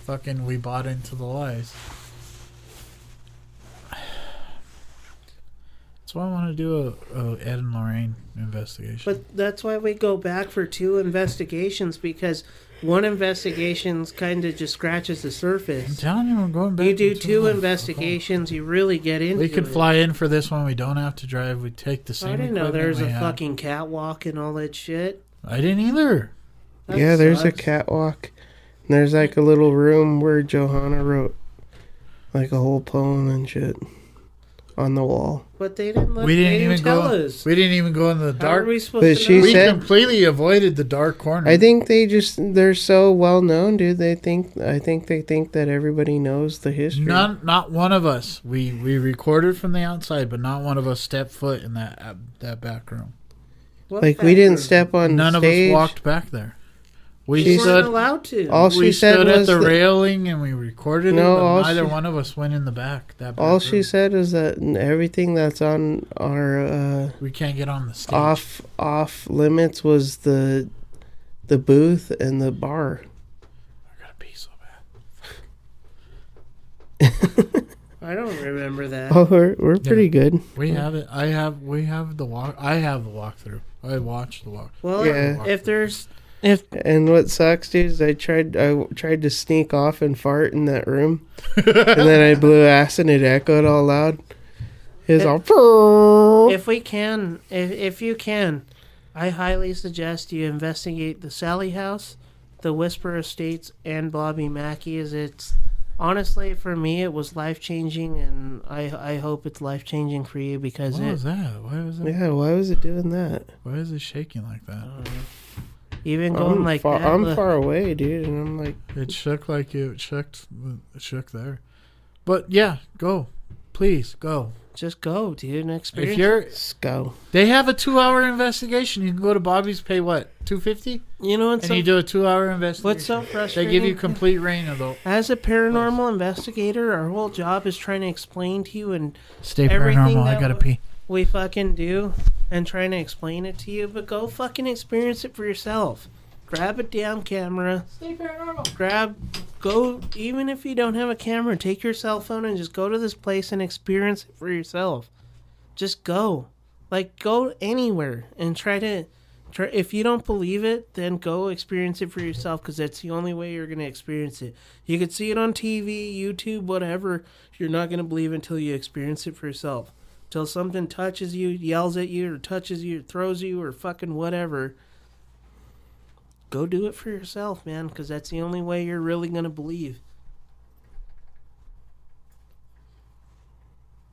D: Fucking, we bought into the lies. <sighs> That's why I want to do a, a Ed and Lorraine investigation.
G: But that's why we go back for two investigations because one investigation's kind of just scratches the
D: I'm
G: surface.
D: telling you, I'm going back.
G: You do
D: in two
G: two
D: months.
G: investigations, you really get into
D: We could
G: it.
D: fly in for this one. We don't have to drive. We take the same.
G: I didn't know there was
D: equipment
G: a
D: we had.
G: fucking catwalk and all that shit.
D: I didn't either.
G: That
C: yeah, there's a
G: sucks.
C: catwalk. And there's like a little room where Johanna wrote like a whole poem and shit on the wall.
G: But they didn't. Look,
D: we didn't,
G: they didn't
D: even
G: tell
D: go.
G: us.
D: We didn't even go in the
G: How are
D: dark.
G: we supposed
C: But
G: to
C: she
G: know?
D: we
C: said-
D: completely avoided the dark corner.
G: Hmm.
C: I think they just they're so well known, dude. They think I think they think that everybody knows the history.
D: None, not one of us. We we recorded from the outside, but not one of us stepped foot in that uh, that back room.
G: What
C: like
G: the-
C: we didn't step on
D: None
C: stage.
D: of us walked back there. We
G: You weren't
D: stood,
G: allowed to.
C: All
D: we
C: she
D: stood
C: said
D: at
C: was
D: the
C: that-
D: railing and we recorded
C: No,
D: it, but
C: all
D: neither
C: she-
D: one of us went in the back. That back
C: all she
D: room.
C: said is that everything that's on our uh,
D: we can't get on the stage.
C: off off limits was the the booth and the bar. <laughs>
D: I gotta pee so bad.
G: I don't remember that.
C: Oh, we're, we're pretty good.
D: We have it. I have. We have the walk. I have the walkthrough. I watched the walk.
G: Well,
C: Yeah.
G: if there's if
C: And what sucks, dude, is I tried I w- tried to sneak off and fart in that room, and then I blew ass and it echoed all loud. It was all.
G: <laughs> if we can if if you can, I highly suggest you investigate the Sally House, the Whisper Estates, and Bobby Mackey. Is it's honestly for me it was life changing, and I I hope it's life changing for you because
D: What
G: it,
D: was that? Why was it?
C: yeah, why was it doing that?
D: Why is it shaking like that?
G: even going
C: I'm,
G: like
C: far,
G: that.
C: I'm
G: look-
C: far away, dude, and I'm like,
D: It shook like it shook. It shook there. But yeah, go. Please go.
G: Just go, dude, and experience.
D: If you're,
C: let's go.
D: they have a two-hour investigation. You can go to Bobby's. Pay what? Two fifty.
G: you know, and
D: And
G: so,
D: you do a two-hour investigation.
G: what's so
D: They
G: frustrating?
D: give you complete reign of the
G: As a paranormal investigator, our whole job is trying to explain to you, and
D: stay
G: Everything
D: paranormal. I
G: that
D: gotta
G: w-
D: pee.
G: we fucking do, and trying to explain it to you. But go fucking experience it for yourself. Grab a damn camera. Stay paranormal. Grab, go. Even if you don't have a camera, take your cell phone and just go to this place and experience it for yourself. Just go, like go anywhere and try to. Try, if you don't believe it, then go experience it for yourself because that's the only way you're going to experience it. You could see it on TV, YouTube, whatever. You're not going to believe until you experience it for yourself. Till something touches you, yells at you, or touches you, or throws you, or fucking whatever. Go do it for yourself, man, because that's the only way you're really going to believe.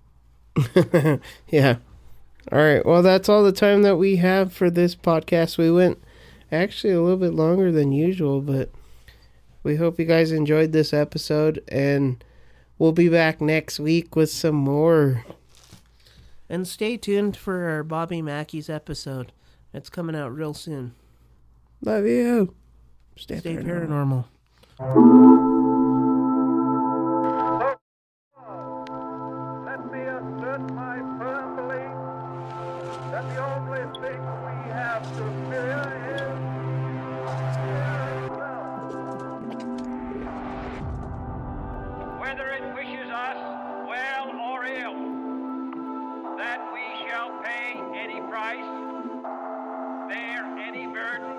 C: <laughs> Yeah. All right. Well, that's all the time that we have for this podcast. We went actually a little bit longer than usual, but we hope you guys enjoyed this episode and we'll be back next week with some more.
G: And stay tuned for our Bobby Mackey's episode. It's coming out real soon.
C: Love you.
G: Stay paranormal.
A: Let me assert my firm belief that the only thing we have to fear is fear itself. Whether it wishes us well or ill, that we shall pay any price, bear any burden,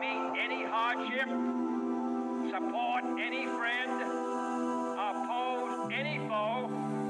A: meet any hardship, support any friend, oppose any foe,